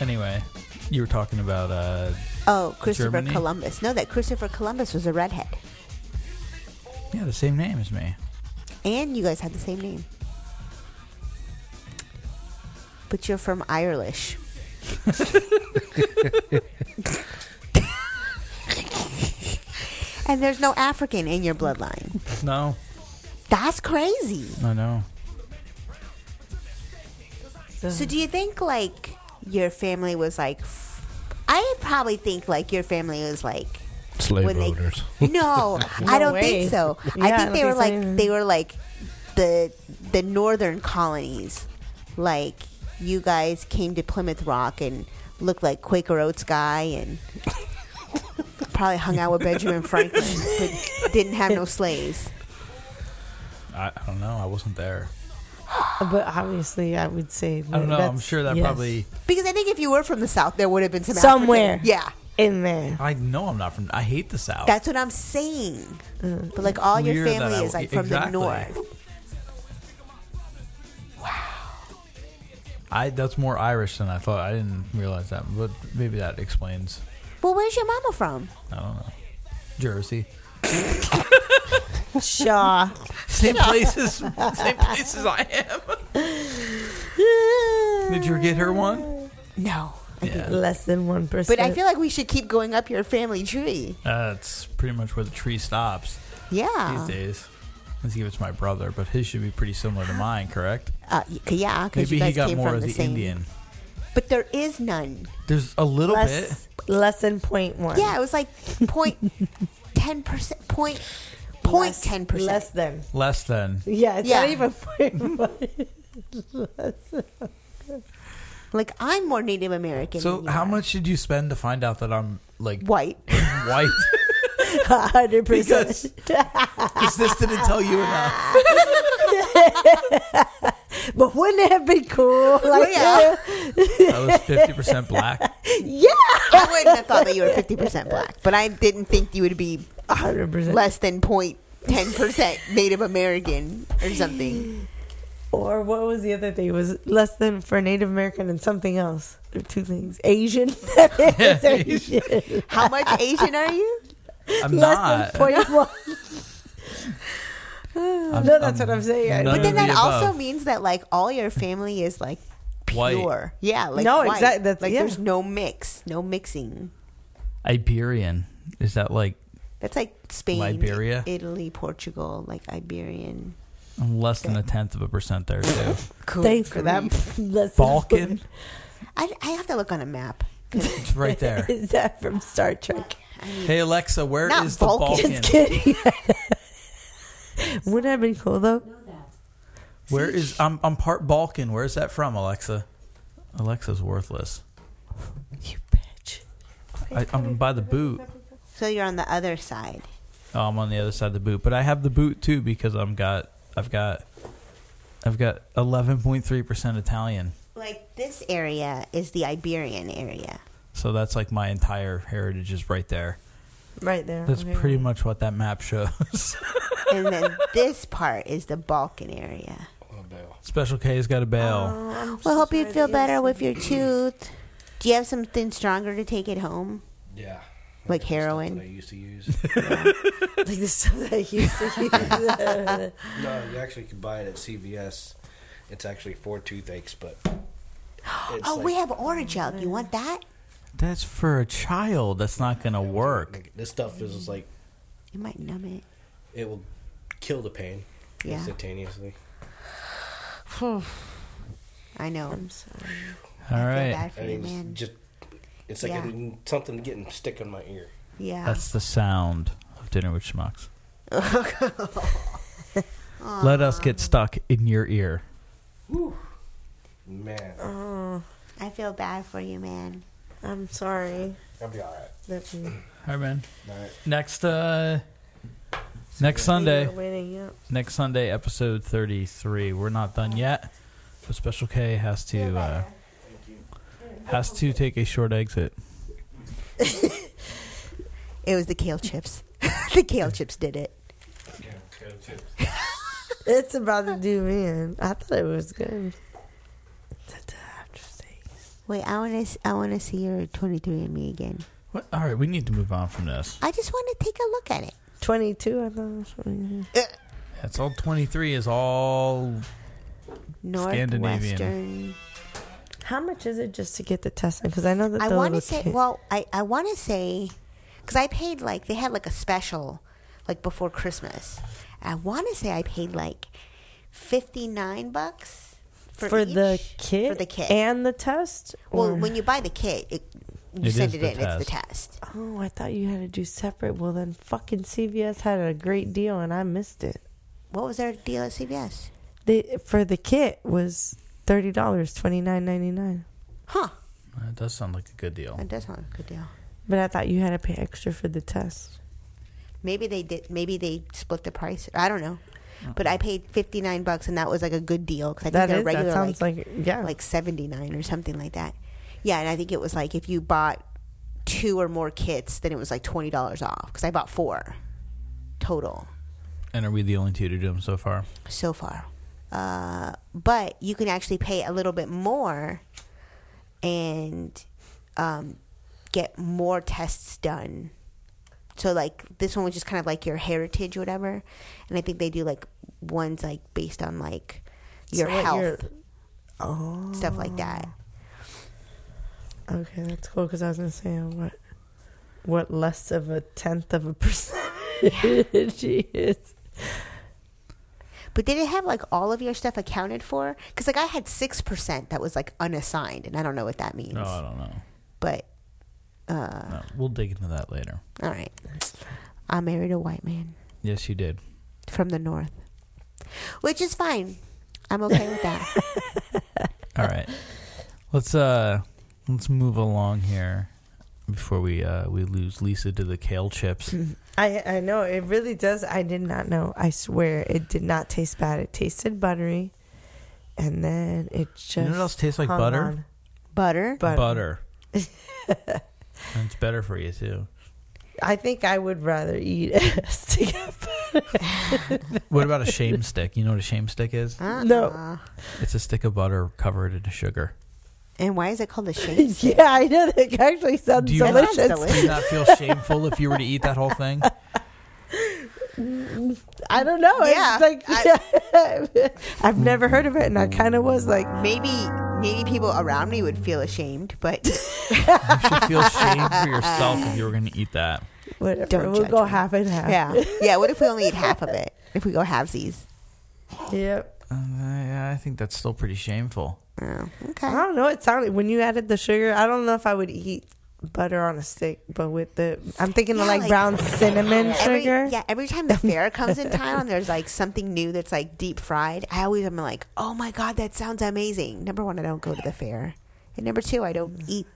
E: Anyway, you were talking about uh,
A: oh Christopher
E: Germany?
A: Columbus. No, that Christopher Columbus was a redhead,
E: yeah, the same name as me.
A: and you guys had the same name. But you're from Irish. and there's no African in your bloodline.
E: No,
A: That's crazy.
E: I know.
A: So do you think like your family was like? F- I probably think like your family was like.
B: Slave
A: When they-
B: owners.
A: No, I don't
H: way.
A: think so.
H: Yeah,
A: I
H: I
A: think
H: don't
A: they were
H: think so
A: like
H: either.
A: they were like the the northern colonies. Like you guys came to Plymouth Rock and looked like Quaker Oats guy and probably hung out with Benjamin Franklin, but didn't have no slaves.
E: I, I don't know. I wasn't there.
H: But obviously, I would say
E: I don't know. I'm
H: that's-
E: sure that
H: yes.
E: probably.
A: Because I think if you were from the South, there would have been some African-
H: Somewhere.
A: Yeah,
H: in there.
E: I know I'm not from. I hate the South.
A: that's what I'm saying. But like all your
E: Weird that
A: family
E: I-
A: is like from the
E: exactly.
A: north.
E: I that's more Irish than I thought. I didn't realize that, but maybe that explains.
A: Well, where's your mama from?
E: I don't know. Jersey,
H: Shaw.
E: same places, same places I am. Did you get her one?
A: No.
E: Yeah,
H: Less than 1%.
A: But I feel like we should keep going up your family tree.
E: that's pretty much where the tree stops
A: Yeah.
E: these days. Let's give it to my brother, but his should be pretty similar to mine, correct?
A: Uh, y- yeah, because
E: Maybe
A: you guys
E: he got
A: came
E: more
A: from
E: of
A: the,
E: the,
A: same.
E: Indian.
A: But there is none.
E: There's a little bit.
H: less, less than 0.1.
A: Yeah, it was like point ten percent, point point
H: Less-
A: ten percent.
H: Less than.
E: Less than.
H: Yeah, it's
A: Yeah.
H: not even 0.1.
A: Like I'm more Native American.
E: So
A: than you
E: how
A: are.
E: much did you spend to find out that I'm like
A: White.
E: white?
H: 100%.
E: Because 'cause this didn't tell you enough.
H: But wouldn't it have been cool? Like,
A: Oh, yeah.
E: I was fifty percent black.
A: I wouldn't have thought that you were fifty percent black, but I didn't think you would be
H: 100%.
A: less than point ten percent Native American or something.
H: Or what was the other thing? It was less than for Native American and something else. There are two things. Asian. It's Asian.
A: How much Asian are you?
E: I'm
H: Less
E: not.
H: than 0.1.
E: I'm-
H: No, that's
E: I'm
H: what I'm saying.
E: none
H: But
E: of
A: But then
E: the
A: that also
E: above.
A: means that like all your family is like
E: White.
A: pure. Yeah, like
H: No,
A: white.
H: exact- that's-
A: like
H: yeah.
A: there's no mix, no mixing.
E: Iberian. Is that like
A: That's like Spain,
E: Liberia?
A: Italy, Portugal, like Iberian.
E: I'm less than a tenth of a percent there too?
A: Good
H: Thanks for that.
A: grief.
H: Less than-
E: Balkan.
A: I, I have to look on a map. 'cause
E: It's right there.
H: Is that from Star Trek?
E: Hey Alexa, where is
A: Not
E: the
A: Balkan.
E: Balkan?
H: Just kidding. Wouldn't that have been cool though?
E: Where is I'm I'm part Balkan. Where is that from, Alexa? Alexa's worthless.
H: You bitch.
E: I, I'm by the boot.
A: So you're on the other side.
E: Oh, I'm on the other side of the boot, but I have the boot too because I'm got I've got I've got 11.3 percent Italian,
A: Like this area is the Iberian area.
E: so that's like my entire heritage is right there.
H: Right there.
E: That's
H: okay.
E: pretty much what that map shows.
A: and then this part is the Balkan area.
E: Special K's got a bail.
A: Well, I hope you feel better with your tooth. Do you have something stronger to take it home?
B: Yeah.
A: Like
B: That I
A: heroin?
B: used to use.
H: like the stuff that I used to use.
B: no, you actually can buy it at CVS. It's actually for toothaches, but it's
A: Oh,
B: like,
A: we have Orajel. You want that?
E: That's for a child. That's not gonna work.
B: like, this stuff is like
A: It might numb it.
B: it will kill the pain
A: Yeah.
B: instantaneously.
A: I know.
H: I'm sorry.
E: All
A: I feel
E: right,
A: bad for
B: I
A: you,
B: mean,
A: man.
B: it's just it's like
A: Yeah.
B: getting- something getting stick on my ear.
A: yeah.
E: that's the sound of dinner with schmucks. Let us get stuck in your ear.
B: Man,
H: Oh,
A: I feel bad for you, man.
H: I'm sorry.
B: I'll be all right.
H: That we-
E: All right, man.
B: All right.
E: Next uh next Sunday.
H: we were waiting up.
E: Next Sunday, episode thirty three. We're not done yet. But Special K has to uh has to take a short exit.
A: It was the kale chips. the kale chips did it.
H: It's about to do me in. I thought it was good. That's an aftertaste.
A: Wait, I want to. I want to see your 23andMe again.
E: What? All right, we need to move on from this.
A: I just want to take a look at it.
H: 22, I thought it was 22.
E: That's all. Twenty three is all. Scandinavian.
A: Northwestern.
H: How much is it just to get the test? Because I know that
A: I
H: the
A: want to
H: little
A: say.
H: kid-
A: Well, I I want to say, because I paid like they had like a special, like before Christmas. I want to say I paid like fifty nine bucks
H: for,
A: for,
H: the
A: each-
H: kid,
A: for the kit.
H: and the test.
A: well,
H: Or-
A: when you buy the kit, it, you
E: It
A: send
E: is
A: it
E: the
A: in. It's the test.
H: oh, I thought you had to do separate. Well, then fucking CVS had a great deal, and I missed it.
A: What was their deal at CBS?
H: They for the kit was thirty dollars, twenty nine ninety nine.
A: Huh?
E: That does sound like a good deal.
A: That does sound like a good deal.
H: But I thought you had to pay extra for the test.
A: Maybe they did. Maybe they split the price. I don't know. But I paid fifty nine bucks, and that was like a good deal because I think
H: Uh-uh. That
A: they're
H: is
A: regular
H: that sounds
A: like,
H: like, yeah,
A: like seventy nine or something like that. Yeah, and I think it was like if you bought two or more kits, then it was like twenty dollars off because I bought four total
E: And are we the only two to do them so far?
A: so far. Uh, but you can actually pay a little bit more and um, get more tests done. So like this one was just kind of like your heritage, whatever. And I think they do like ones like based on like your
H: what
A: health,
H: your- Oh,
A: stuff like that.
H: okay, that's cool. Because I was gonna say uh, what, what less of a tenth of a percentage she is.
A: But did it have like all of your stuff accounted for? Because like I had six percent that was like unassigned, and I don't know what that means.
E: No, Oh, I don't know.
A: But uh,
E: No, we'll dig into that later.
A: all right, I married a white man.
E: Yes, you did.
A: from the north, which is fine. I'm okay with that.
E: All right. Let's uh let's move along here before we uh we lose Lisa to the kale chips.
H: I I know it really does. I did not know. I swear it did not taste bad. It tasted buttery, and then it just.
E: what else tastes like
H: hung
E: butter?
H: on.
A: Butter.
H: Butter.
E: Butter. And it's better for you too.
H: I think I would rather eat a stick of
E: What about a shame stick? You know what a shame stick is?
A: Uh-uh.
H: No.
E: It's a stick of butter covered in sugar.
A: And why is it called a shake?
H: Yeah, I know that actually sounds
E: Do you- That
H: delicious.
A: sounds
E: Do you not feel shameful if you were to eat that whole thing?
H: I don't know.
A: Yeah,
H: it's like I, have never heard of it, and I kind of was like,
A: Maybe maybe people around me would feel ashamed, but
E: You should feel shame for yourself if you were going to eat that.
H: whatever.
A: Don't
H: we'll
A: judge
H: go
A: me.
H: half and half.
A: yeah, yeah. What if we only eat half of it? If we go halvesies.
H: Yep.
E: Uh, I I think that's still pretty shameful.
A: Oh,
H: I
A: okay.
H: don't know. It sounded when you added the sugar. I don't know if I would eat butter on a stick, but with the I'm thinking
A: Yeah,
H: of like,
A: like-
H: brown cinnamon
A: Every,
H: sugar.
A: yeah, every time the fair comes in town, there's like something new that's like deep fried. I always am like, oh my god, that sounds amazing. Number one, I don't go to the fair, and number two, I don't
H: Mm.
A: eat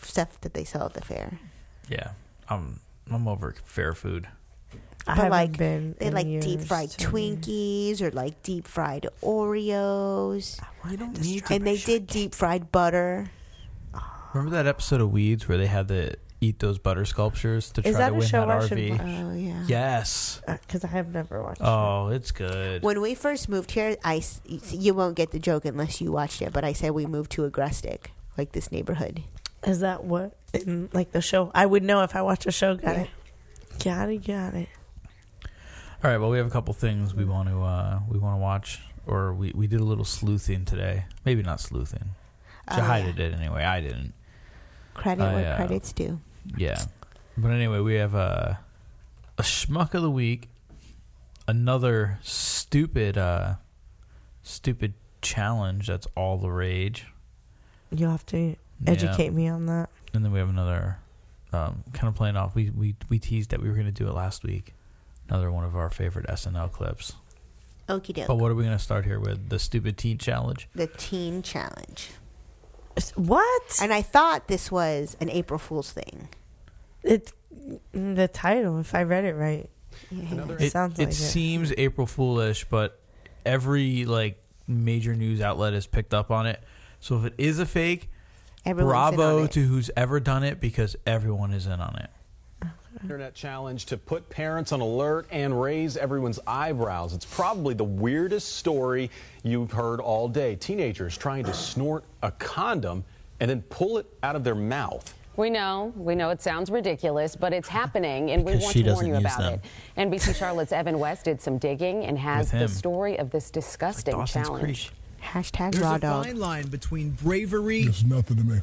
A: stuff that they sell at the fair.
E: Yeah. I'm I'm over fair food.
H: I
A: but
H: haven't
A: like
H: been
A: they
H: in
A: like deep
H: years,
A: fried
H: so-
A: Twinkies or like deep fried Oreos.
E: You don't need to.
A: And they did deep fried butter.
E: Remember that episode of Weeds where they had to eat those butter sculptures to
H: Is
E: try
H: that
E: to
H: a
E: win
H: show
E: that
H: I should
E: RV?
H: watch?
A: Oh yeah.
E: Yes.
H: Because Uh, I have never watched.
E: Oh, it's good.
A: When we first moved here, I s- you won't get the joke unless you watched it. But I said we moved to Agrestic, like this neighborhood.
H: it. Is that what? In, like the show, I would know if I watched a show. Got it. Got it. Got it.
E: All right. Well, we have a couple things we want to uh, we want to watch, or we we did a little sleuthing today. Maybe not sleuthing.
A: Oh,
E: Jahida
A: yeah.
E: did anyway. I didn't.
A: Credit
E: Oh,
A: where
E: yeah.
A: credits due.
E: Yeah. But anyway, we have uh, a schmuck of the week, another stupid, uh, stupid challenge that's all the rage.
H: You'll have to
E: Yeah.
H: educate me on that.
E: And then we have another, um, kind of playing off. We, we, we teased that we were going to do it last week. Another one of our favorite SNL clips.
A: Okie
E: But
A: doke.
E: what are we going to start here with? The stupid teen challenge?
A: The teen challenge.
H: S- What?
A: And I thought this was an April Fool's thing.
H: It's the title. If I read it right,
E: It,
H: sounds
E: it
H: like it.
E: seems April Foolish, but every like major news outlet has picked up on it. So if it is a fake,
A: Everyone's in on
E: bravo
A: it.
E: to who's ever done it because everyone is in on it.
L: Internet challenge to put parents on alert and raise everyone's eyebrows. It's probably the weirdest story you've heard all day. Teenagers trying to snort a condom and then pull it out of their mouth.
M: We know, we know it sounds ridiculous, but it's happening, and we
E: Because
M: want
E: she
M: to warn
E: doesn't
M: you
E: use
M: about
E: them.
M: it. NBC Charlotte's Evan West did some digging and has
E: With him.
M: the story of this disgusting
E: Dawson's
M: challenge.
E: Creek.
A: Hashtag
N: There's
A: raw
N: a
A: dog.
N: fine line between bravery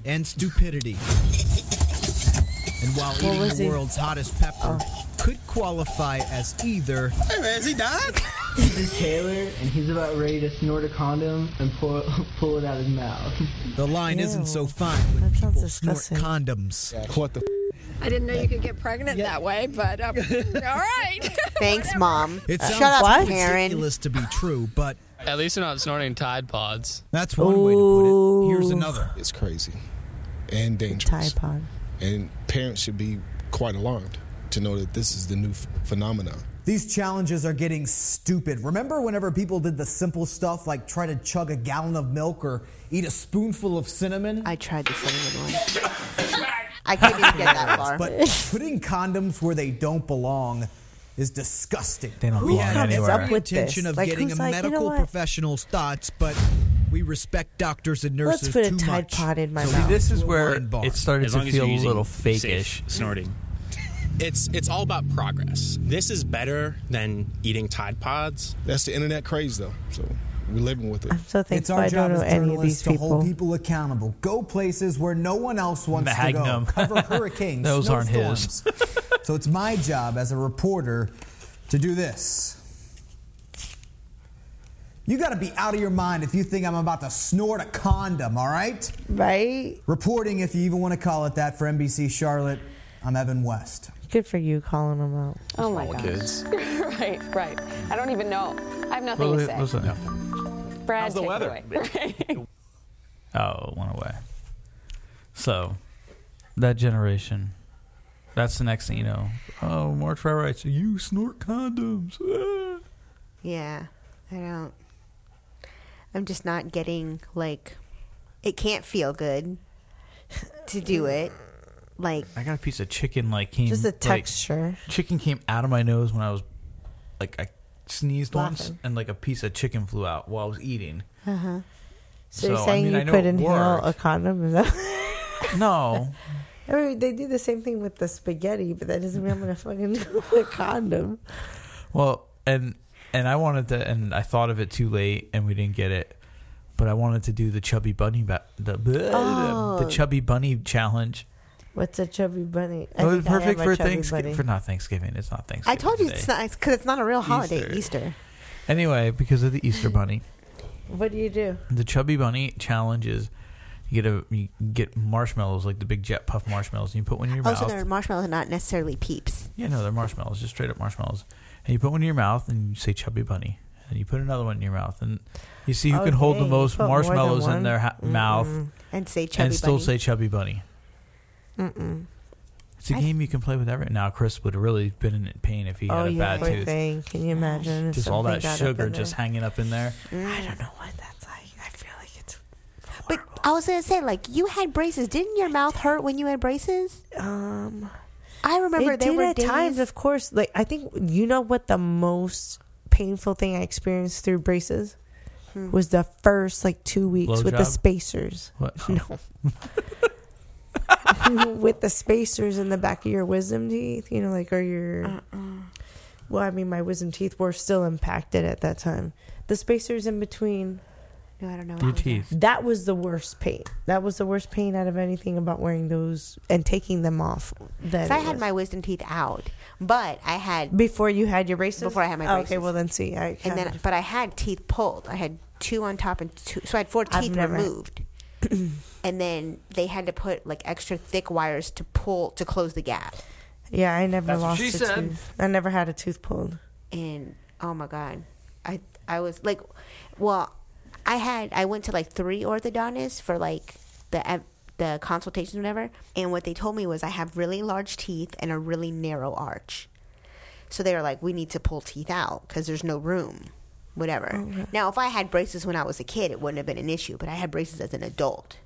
N: and stupidity. And while eating
H: was
N: the
H: he-
N: world's hottest pepper
H: Oh.
N: could qualify as either
K: Hey, man, is he dying?
O: Taylor, and he's about ready to snort a condom and pull, pull it out his mouth.
N: the line isn't so fine when people snort condoms. What the?
P: I didn't know you could get pregnant that way, but um, all right.
A: Thanks, mom.
N: It sounds
A: Shut up,
N: what?
A: Karen.
N: ridiculous to be true, but
J: At least you're not snorting Tide Pods.
N: that's one way to put it. Here's another.
D: It's crazy and
H: Tide
D: dangerous.
H: Pod.
D: And parents should be quite alarmed to know that this is the new ph- phenomenon.
Q: These challenges are getting stupid. Remember whenever people did the simple stuff like try to chug a gallon of milk or eat a spoonful of cinnamon?
A: I tried the cinnamon one. I couldn't even get that far.
Q: But putting condoms where they don't belong is disgusting.
E: They don't
N: We
E: belong
N: had
E: anywhere.
N: every intention of
H: Like,
N: getting a
H: who's like, you know
N: medical
H: what?
N: professional's thoughts, but we respect doctors and
H: Let's
N: nurses
H: put a
N: too
H: Tide
N: much.
H: Pod in my
N: so
H: mouth.
N: we-
E: This is
N: Well,
E: where
N: wine bar.
E: it started
F: As
E: to
F: long as you're
E: feel a
F: using
E: little
F: safe
E: fakeish.
F: snorting. It's it's all about progress. This is better than eating Tide Pods.
D: That's the internet craze, though. So we're living with it.
H: I'm so
Q: It's
H: thankful
Q: our
H: I
Q: job
H: don't know
Q: as
H: any of
Q: journalists
H: these
Q: to hold
H: people.
Q: people accountable. Go places where no one else wants
E: Magnum.
Q: to go. Cover hurricanes.
E: Those aren't his.
Q: snowstorms. so it's my job as a reporter to do this. You got to be out of your mind if you think I'm about to snort a condom. All right.
H: Right?
Q: Reporting, if you even want to call it that, for NBC Charlotte. I'm Evan West.
H: Good for you calling them out.
M: Oh my gosh.
F: Kids.
M: right, right. I don't even know. I have nothing to say.
E: Listen.
M: Brad,
L: How's the
M: take it
L: weather?
M: away.
E: Oh, it went away. So, that generation. That's the next thing you know. Oh, March for our rights. You snort condoms. Ah.
A: Yeah, I don't. I'm just not getting like. It can't feel good to do it. Like
E: I got a piece of chicken like came
H: Just a
E: like,
H: texture.
E: chicken came out of my nose when I was like I sneezed once
H: Laughing.
E: and like a piece of chicken flew out while I was eating.
A: Uh-huh.
H: So, you're
E: I
H: saying
E: mean, I
H: you
E: know
H: could
E: it
H: inhale a
E: worked.
H: condom? Is that?
E: No.
H: I mean, they do the same thing with the spaghetti, but that doesn't mean I'm gonna fucking do a condom.
E: Well, and and I wanted to, and I thought of it too late, and we didn't get it. But I wanted to do the chubby bunny, ba- the, bleh, the
A: Oh.
E: the chubby bunny challenge.
H: What's a chubby bunny? I
E: It was
H: think I am
E: perfect
H: a
E: for
H: chubby
E: Thanksgiving.
H: bunny.
E: For not Thanksgiving, it's not Thanksgiving.
A: I told you,
E: today.
A: it's not because it's not a real holiday. Easter.
E: Easter. Anyway, because of the Easter bunny,
H: What do you do?
E: the chubby bunny challenge is you get a you get marshmallows like the big jet puff marshmallows, and you put one in your
A: Oh,
E: mouth.
A: so they're marshmallows, not necessarily peeps.
E: Yeah, no, they're marshmallows, just straight up marshmallows. And you put one in your mouth and you say chubby bunny. And you put another one in your mouth and you see who
H: Oh,
E: can hold the
H: dang,
E: most
H: put more than
E: marshmallows in
H: one?
E: their ha- mouth
A: And say chubby
E: and still
A: bunny.
E: say chubby bunny.
H: Mm-mm.
E: It's a game you can play with everyone. Now, Chris would have really been in pain if he
H: oh
E: had a
H: yeah,
E: bad
H: poor
E: tooth.
H: thing. Can you imagine? if
E: Just all
H: something
E: that
H: got up
E: sugar
H: in
E: just
H: there?
E: hanging up in there.
H: I don't know what that's like. I feel like it's.
A: Mm. But I was gonna say, like, you had braces. Didn't your mouth hurt when you had braces?
H: Um,
A: I remember
H: it
A: there
H: did
A: were
H: at
A: days.
H: times, of course. Like I think you know what the most painful thing I experienced through braces
A: Hmm.
H: was the first like two weeks with the
E: Blowjob?
H: spacers.
E: What?
H: No, with the spacers in the back of your wisdom teeth, you know, like or your. Well, I mean, my wisdom teeth were still impacted at that time. The spacers in between.
A: No, I don't know.
E: Your teeth.
H: That was the worst pain. That was the worst pain out of anything about wearing those and taking them off. That
A: 'Cause I had my wisdom teeth out, but I had
H: before you had your braces.
A: before I had my
H: Oh,
A: braces.
H: Okay, well then see, I kind
A: and then but I had teeth pulled. I had two on top and two, so I had four
H: I've
A: teeth
H: never-
A: removed. and then they had to put like extra thick wires to pull to close the gap.
H: yeah, I never
A: That's what
H: lost
A: she
H: a
A: said.
H: tooth. I never had a tooth pulled.
A: and oh my god i i was like well i had i went to like three orthodontists for like the the consultations whatever and what they told me was i have really large teeth and a really narrow arch so they were like we need to pull teeth out because there's no room whatever now if i had braces when i was a kid it wouldn't have been an issue but i had braces as an adult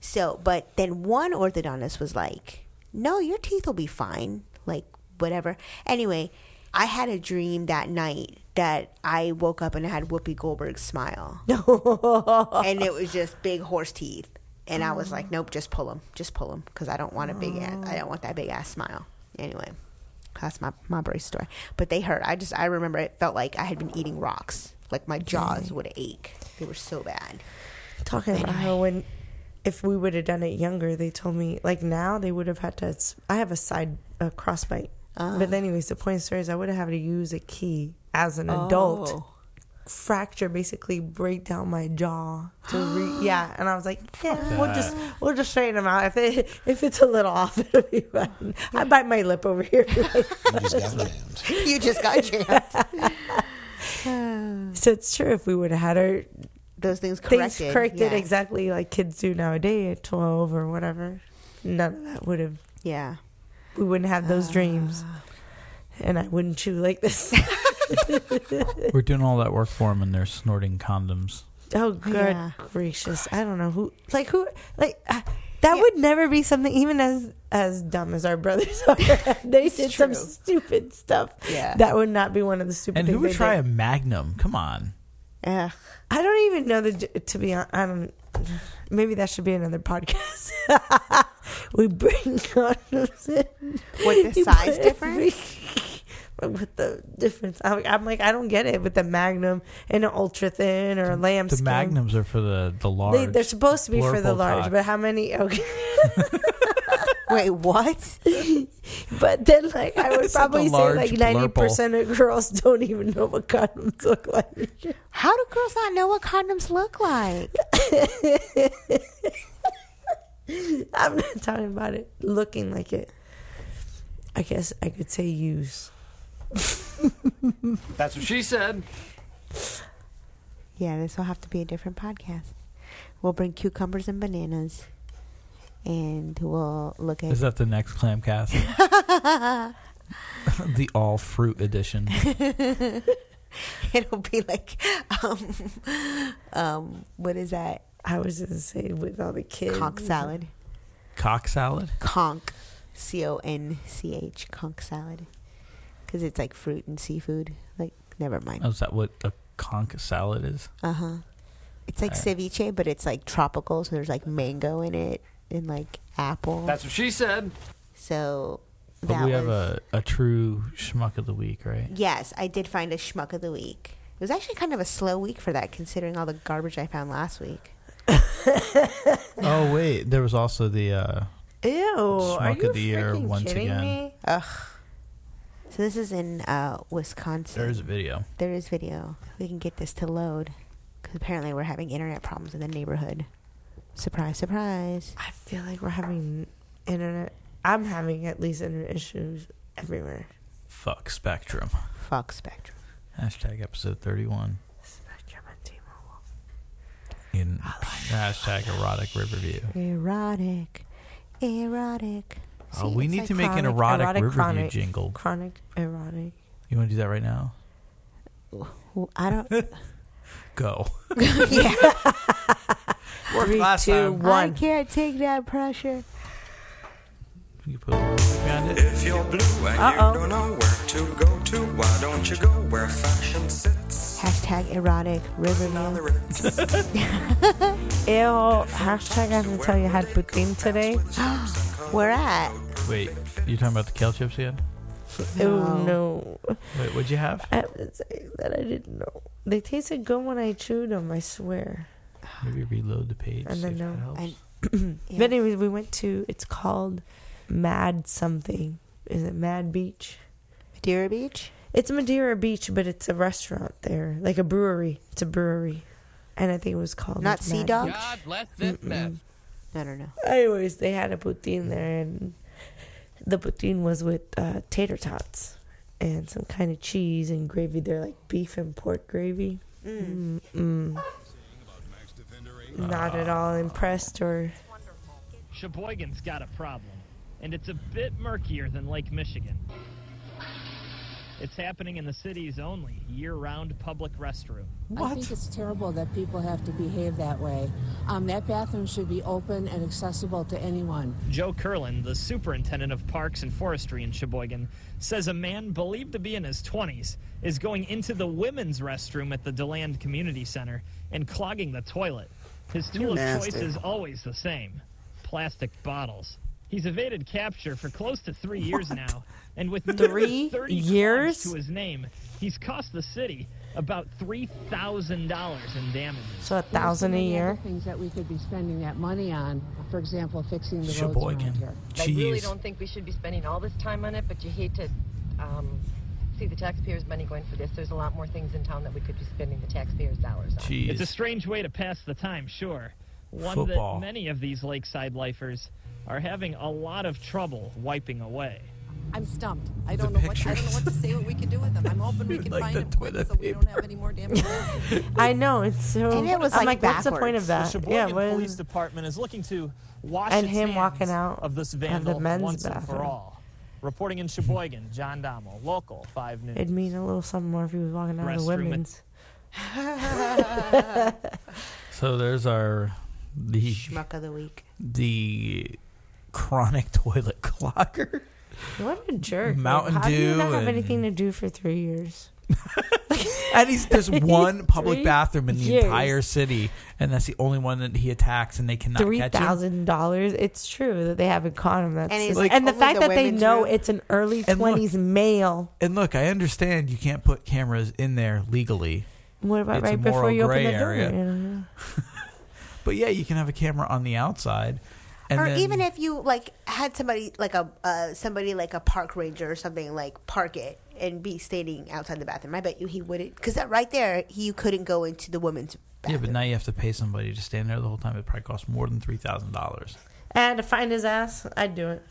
A: so, but then one orthodontist was like, "No, your teeth will be fine." Like whatever. Anyway, I had a dream that night that I woke up and I had Whoopi Goldberg's smile, and it was just big horse teeth. And I was like, "Nope, just pull them, just pull them, because I don't want a big ass. I don't want that big ass smile." Anyway, that's my my brace story. But they hurt. I just I remember it felt like I had been eating rocks. Like my jaws would ache. They were so bad.
H: Talking about how when if we would have done it younger, they told me like now they would have had to. I have a side a crossbite, but anyways, the point of the story is I would have had to use a key as an adult.
I: Oh.
H: Fracture basically break down my jaw to re- yeah, and I was like, yeah, we'll
I: that.
H: just we'll just straighten them out if it if it's a little off, it'll be fine. I bite my lip over here.
A: you just got jammed.
H: So it's true if we would have had our
A: Those things
H: things
A: corrected.
H: corrected
A: yeah.
H: exactly like kids do nowadays at twelve or whatever, none of that would have.
A: Yeah,
H: we wouldn't have
A: Ah.
H: those dreams, and I wouldn't chew like this.
E: We're doing all that work for them, and they're snorting condoms.
H: oh, good
A: Ah, Yeah.
H: gracious! I don't know who like who like. Uh, that would never be something, even as as dumb as our brothers are. they did some
A: true.
H: stupid stuff.
A: Yeah.
H: that would not be one of the stupid.
E: And
H: things
E: who would
H: they
E: try
H: did.
E: a Magnum? Come on.
A: Ugh.
H: I don't even know the. To be honest, I don't. Maybe that should be another podcast. we bring condoms in.
A: With the
H: You
A: size
H: put
A: difference?
H: every- With the difference, I'm, I'm like, I don't get it with the Magnum and an ultra thin or a lamb
E: The
H: skin.
E: Magnums are for the the large.
H: They, they're supposed to be for the
E: blurple
H: large,
E: cock.
H: but how many? Okay.
A: Wait, what?
H: but then, like, I would
A: Said the
H: probably say
A: large
H: like
A: blurple.
H: ninety percent of girls don't even know what condoms look like.
A: How do girls not know what condoms look like?
H: I'm not talking about it looking like it. I guess I could say use.
C: That's what she said.
A: Yeah, this will have to be a different podcast. We'll bring cucumbers and bananas, and we'll look at.
E: Is that the next clam cast? the all fruit edition.
A: It'll be like, um, um, what is that?
H: I was gonna say with all the kids.
A: Conch salad.
E: Cock salad.
A: Conch, C O N C H, conch salad, because it's like fruit and seafood. Like, never mind.
E: Oh, is that what a conch salad is?
A: Uh huh. It's like
E: Alright.
A: ceviche, but it's like tropical, so there's like mango in it and like apple.
C: That's what she said.
A: So
E: But
A: that
E: we have
A: was
E: a, a true schmuck of the week, right?
A: yes, I did find a schmuck of the week. It was actually kind of a slow week for that, considering all the garbage I found last week.
E: oh wait, there was also the uh,
H: Ew!
E: Schmuck of the year once again.
A: Ugh. So this is in uh, Wisconsin.
E: There is a video.
A: There is video. We can get this to load because apparently we're having internet problems in the neighborhood. Surprise, surprise.
H: I feel like we're having internet. I'm having at least internet issues everywhere.
E: fuck spectrum.
A: Fuck spectrum.
E: Hashtag episode thirty one.
H: Spectrum and T-Mobile.
E: In hashtag erotic riverview.
A: Erotic, erotic.
E: Oh, we need to make an erotic, Riverview
H: chronic,
E: jingle.
H: Chronic erotic.
E: You want to do that right now?
A: I don't.
E: Go.
H: Three,
E: last
H: two,
E: time.
A: I
H: one.
A: can't take that pressure.
R: If you're blue and
A: Uh-oh.
R: you don't know where to go to, why don't you go where fashion sits?
A: Hashtag erotic Riverview.
H: Ew. Hashtag I have to tell you I had poutine today.
A: Where at?
E: Wait, you talking about the kale chips again?
H: Oh no.
E: Wait, what'd you have?
H: I have to say that I didn't know. They tasted good when I chewed them. I swear.
E: Maybe reload the page.
H: I
E: see
H: don't
E: if that
H: know.
E: helps.
H: But anyways, we went to. It's called Mad something. Is it Mad Beach?
A: Madeira Beach.
H: It's Madeira Beach, but it's a restaurant there, like a brewery. It's a brewery, and I think it was called
A: Not
H: like,
A: Sea
H: Mad
A: Dog?
H: Beach.
A: God
J: bless this
H: Mm-mm.
J: mess.
A: I don't know.
H: Anyways, they had a poutine there, and the poutine was with uh, tater tots and some kind of cheese and gravy. They're like beef and pork gravy.
A: Mm.
H: Mm-mm. Not at all impressed or
S: Sheboygan's got a problem, and it's a bit murkier than Lake Michigan. It's happening in the city's only year round public restroom.
T: I think it's terrible that people have to behave that way. Um, that bathroom should be open and accessible to anyone.
S: Joe Curlin, the superintendent of parks and forestry in Sheboygan, says a man believed to be in his 20s is going into the women's restroom at the DeLand Community Center and clogging the toilet. His tool of
U: Nasty.
S: choice is always the same plastic bottles. He's evaded capture for close to three years now, and with
H: Three
S: nearly 30
H: years?
S: crimes to his name, he's cost the city about $3,000 in damages.
H: so a
T: There's so
H: thousand a
T: many other
H: year.
T: Things that we could be spending that money on, for example, fixing the roads
H: Sheboygan.
T: around here.
G: I really
H: Jeez.
G: don't think we should be spending all this time on it, but you hate to um, see the taxpayers' money going for this. There's a lot more things in town that we could be spending the taxpayers' dollars on.
S: It's a strange way to pass the time, sure. One
E: Football.
S: that many of these lakeside lifers are having a lot of trouble wiping away.
V: I'm stumped. I don't know what I don't know what to say. What we can do with them. I'm hoping we can find them quick so we don't have any more damage.
H: I know it's so.
S: And it was,
H: I'm
S: like,
H: like, what's the point of that?
S: The
H: yeah,
S: Sheboygan
H: what
S: Police
H: is,
S: Department is looking to wash
H: and
S: Uh, its
H: him
S: hands
H: walking out
S: of this
H: of the
S: vandal
H: men's
S: once and
H: bathroom.
S: for all. Reporting in Sheboygan, John Dommel, local five news.
H: it'd mean a little something more if he was walking out of the
S: Restroom at-
H: women's.
E: So there's our the
A: Schmuck of the week.
E: the chronic toilet clogger.
H: What a jerk!
E: Mountain
H: like, how do you not
E: Dew
H: have
E: and-
H: anything to do for three years?
E: And he's there's one public
H: Three
E: bathroom in the
H: years.
E: entire city, and that's the only one that he attacks, and they cannot
H: Three
E: catch him.
H: thousand dollars. It's true that they haven't caught him. That's
A: And
H: and,
A: it's like
H: and the
A: only
H: fact
A: the
H: that they
A: women's
H: know
A: room.
H: it's an early
E: And look-
H: twenties male.
E: And look, I understand you can't put cameras in there legally.
H: What about
E: It's a
H: right before
E: moral
H: you open
E: gray
H: the door?
E: area.
H: You know?
E: But yeah, you can have a camera on the outside, and
A: or
E: then,
A: even if you like had somebody like a uh, somebody like a park ranger or something like park it and be standing outside the bathroom, I bet you he wouldn't because that right there he you couldn't go into the women's.
E: yeah, but now you have to pay somebody to stand there the whole time. It probably costs more than three thousand dollars.
H: I had to find his ass. I'd do it.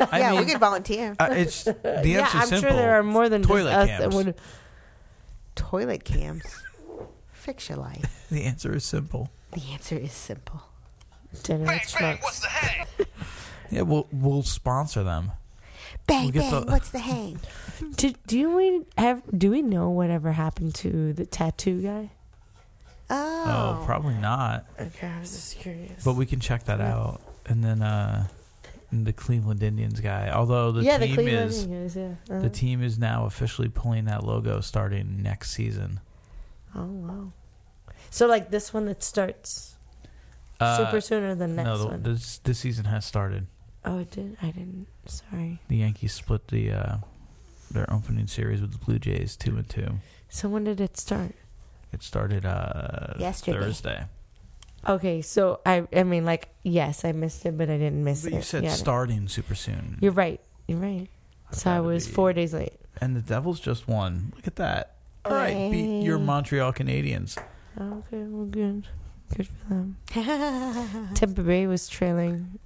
A: yeah, we could volunteer.
E: Uh, it's the answer.
H: yeah, I'm sure there are more than
E: toilet
H: just us
E: cams.
H: that would.
A: Toilet cams. Fix your life.
E: The answer is simple.
A: The answer is simple.
H: Dinner with schmucks.
E: Yeah, we'll we'll sponsor them.
A: Bang
E: We'll get
A: bang.
E: the-
A: what's the hang?
H: Do, do we have? Do we know whatever happened to the tattoo guy?
E: Oh, probably not.
H: Okay, I was just curious.
E: But we can check that out, and then uh, and the Cleveland Indians guy. Although the
H: yeah, the
E: team
H: Cleveland
E: is
H: Indians, yeah. Uh-huh.
E: the team is now officially pulling that logo starting next season.
H: Oh wow! So like this one that starts
E: Uh,
H: super sooner than next
E: no, the-
H: one.
E: this this season has started.
H: Oh, it did. I didn't. Sorry.
E: The Yankees split the uh, their opening series with the Blue Jays two and two.
H: So when did it start?
E: It started uh,
H: Yesterday.
E: Thursday.
H: Okay, so I I mean like yes, I missed it, but I didn't miss
E: But
H: it.
E: you said
H: Yeah.
E: starting super soon.
H: You're right. You're right. So I was four days late.
E: And the Devils just won. Look at that. All right, beat your
H: Hey.
E: Montreal Canadiens.
H: Oh, Okay, well, good. Good for them. Tampa Bay was trailing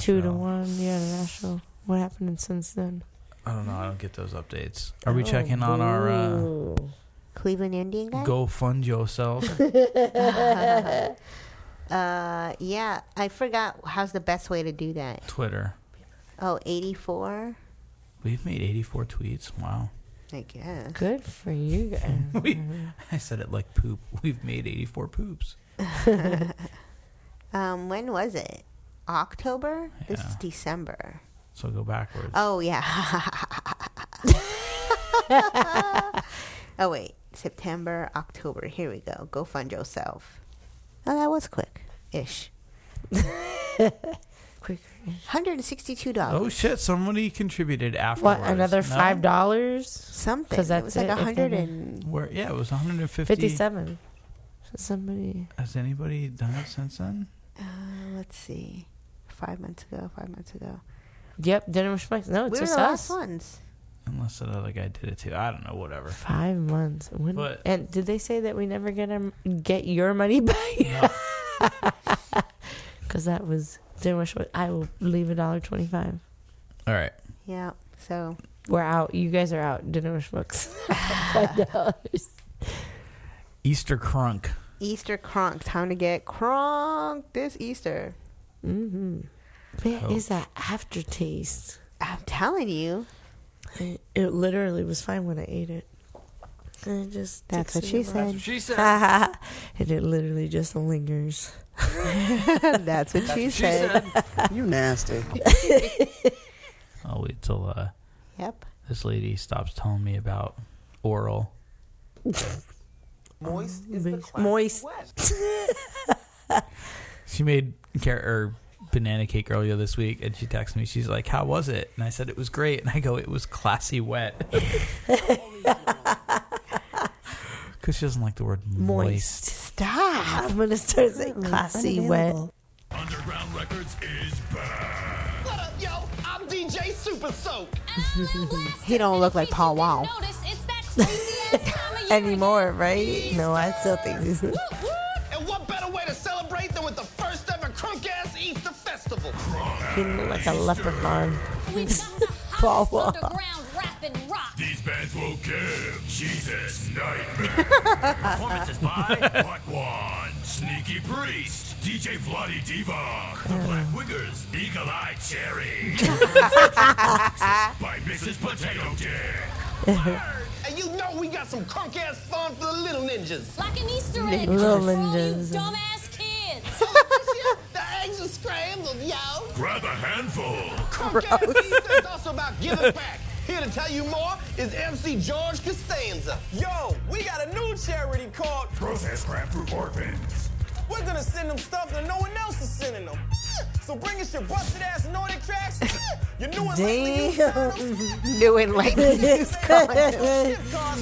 H: two to
E: Nashville.
H: one. Yeah, Nashville. What happened since then?
E: I don't know. I don't get those updates. Are we
H: Oh,
E: checking on our uh,
A: Cleveland Indian guy.
E: go fund yourself?
A: uh, yeah, I forgot how's the best way to do that.
E: Twitter.
A: Oh, 84?
E: We've made 84 tweets. Wow.
A: I guess.
H: Good for you guys.
E: We, I said it like poop. We've made 84 poops.
A: um, when was it? October? This is December.
E: So go backwards.
A: Oh, yeah. oh, wait. September, October. Here we go. Go fund yourself. Oh, that was quick ish.
H: Quick.
A: $162.
E: Oh shit! Somebody contributed
H: What,
E: afterwards.
H: another
E: No?
H: five dollars?
A: Something.
H: Because
A: It
H: that's
A: was like
H: if they
A: 100
H: did.
A: and-
E: Where? Yeah, it was 150.
H: fifty-seven. So somebody.
E: Has anybody done it since then?
A: Uh, let's see. Five months ago, five months ago.
H: Yep, dinner with Schmucks. No, Oh, it's
A: we were
H: just
A: the last
H: us.
A: ones.
E: Unless that other guy did it too. I don't know. Whatever.
H: Five months. When,
E: But-
H: and did they say that we never get um, get your money back? Because that was dinner with Schmucks. I will leave a dollar twenty-five.
E: All right.
A: Yeah. So
H: We're out. You guys are out. Dinner with Schmucks. Five dollars.
E: Easter crunk.
A: Easter crunk. Time to get crunk this Easter.
H: Mm-hmm. There
A: Oh.
H: is that aftertaste.
A: I'm telling you.
H: It, it literally was fine when I ate it. And it just
A: That's what
H: takes me
A: she
H: over.
A: said. That's what she said.
H: and it literally just lingers.
A: That's what she said.
E: you nasty. I'll wait till uh,
A: Yep.
E: this lady stops telling me about oral.
H: Moist is the Moist.
E: She made car- or banana cake earlier this week, and she texted me. She's like, "How was it?" And I said, "It was great." And I go, "It was classy wet," because she doesn't like the word moist.
H: Stop. I'm going to start saying classy wet.
K: Underground Records is back. What up, Uh, yo? I'm DJ Super Soak.
A: he don't look like Paul Wow
H: anymore, right? No, I still think this is.
K: And what better way to celebrate than with the first ever crunk ass Easter festival?
H: He looked like a leprechaun. Paul Wall.
K: These bands will give Jesus nightmare. Performances by What One, Sneaky Priest, DJ Vladdy Diva, The Black Wiggers, Eagle Eye Cherry, by Mrs. Potato Dick. and you know we got some crunk ass fun for the little ninjas.
G: Like an Easter egg. for
H: Little
G: all you
H: ninjas.
G: Dumbass kids.
K: the eggs are scrambled, yo. Grab a handful.
G: Gross.
K: It's also about giving back. Here to tell you more is MC George Costanza. Yo, we got a new charity called Process Craft Group Orphans.
D: We're gonna send them stuff that no one else is sending them. So bring us your busted ass Nordic tracks, your new and
A: Damn. New and like this
E: So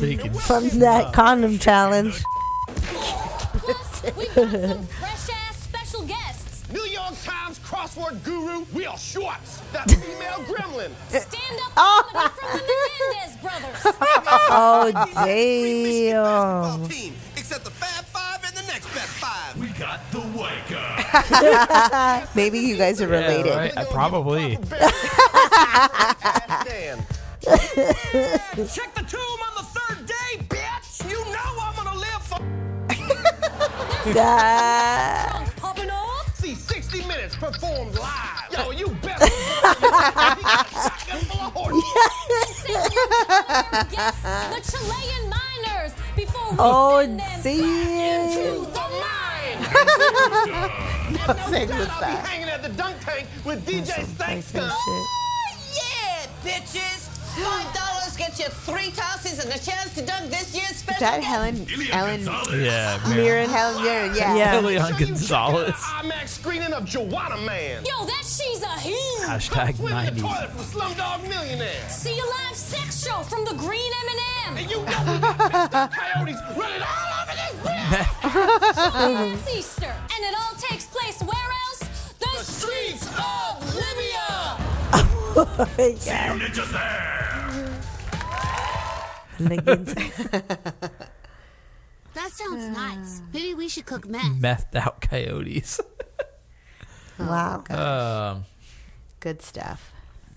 E: you can-
H: From that condom challenge.
G: Plus, we got some fresh ass special guests.
K: New York Times crossword guru Will Schwartz, that female gremlin.
G: Stand up
A: Oh.
G: comedy from the Menendez brothers.
H: Oh, damn.
K: Team, except the Fab Five and the next Best Five. We got the Wake
A: Maybe you guys are
E: Yeah,
A: related.
E: right? Uh, probably.
K: Check the tomb on the third day, bitch. You know I'm gonna live
H: Ah.
K: for. Popping off. See, 60 minutes performed live. Yo, you better.
G: Guests, the Chilean miners, before we
H: Oh,
G: send them
H: damn.
G: back into the mine.
K: no doubt I'll be hanging at the dunk tank with DJ Stanks.
W: Yeah, bitches! Five dollars gets you three tosses and a chance to dunk this year's
A: Is
W: special.
A: that Helen? Ellen?
E: Yeah,
A: Mirren. Helen Mirren. Yeah.
E: Leon Gonzalez.
K: IMAX screening of Joanna Man.
G: Yo, that she's a he.
E: Hashtag
K: Swim in the
E: 90s.
K: toilet from Slumdog Millionaire.
G: See a live sex show from the Green M&M.
K: And you know we got Mr. Coyotes running all over this
G: It's Easter, and it all takes place where else? The, streets of Libya.
K: You ninjas there.
X: That sounds nice. Maybe we should cook meth.
E: Methed out coyotes.
A: Wow.
E: Um,
A: Oh, Good stuff.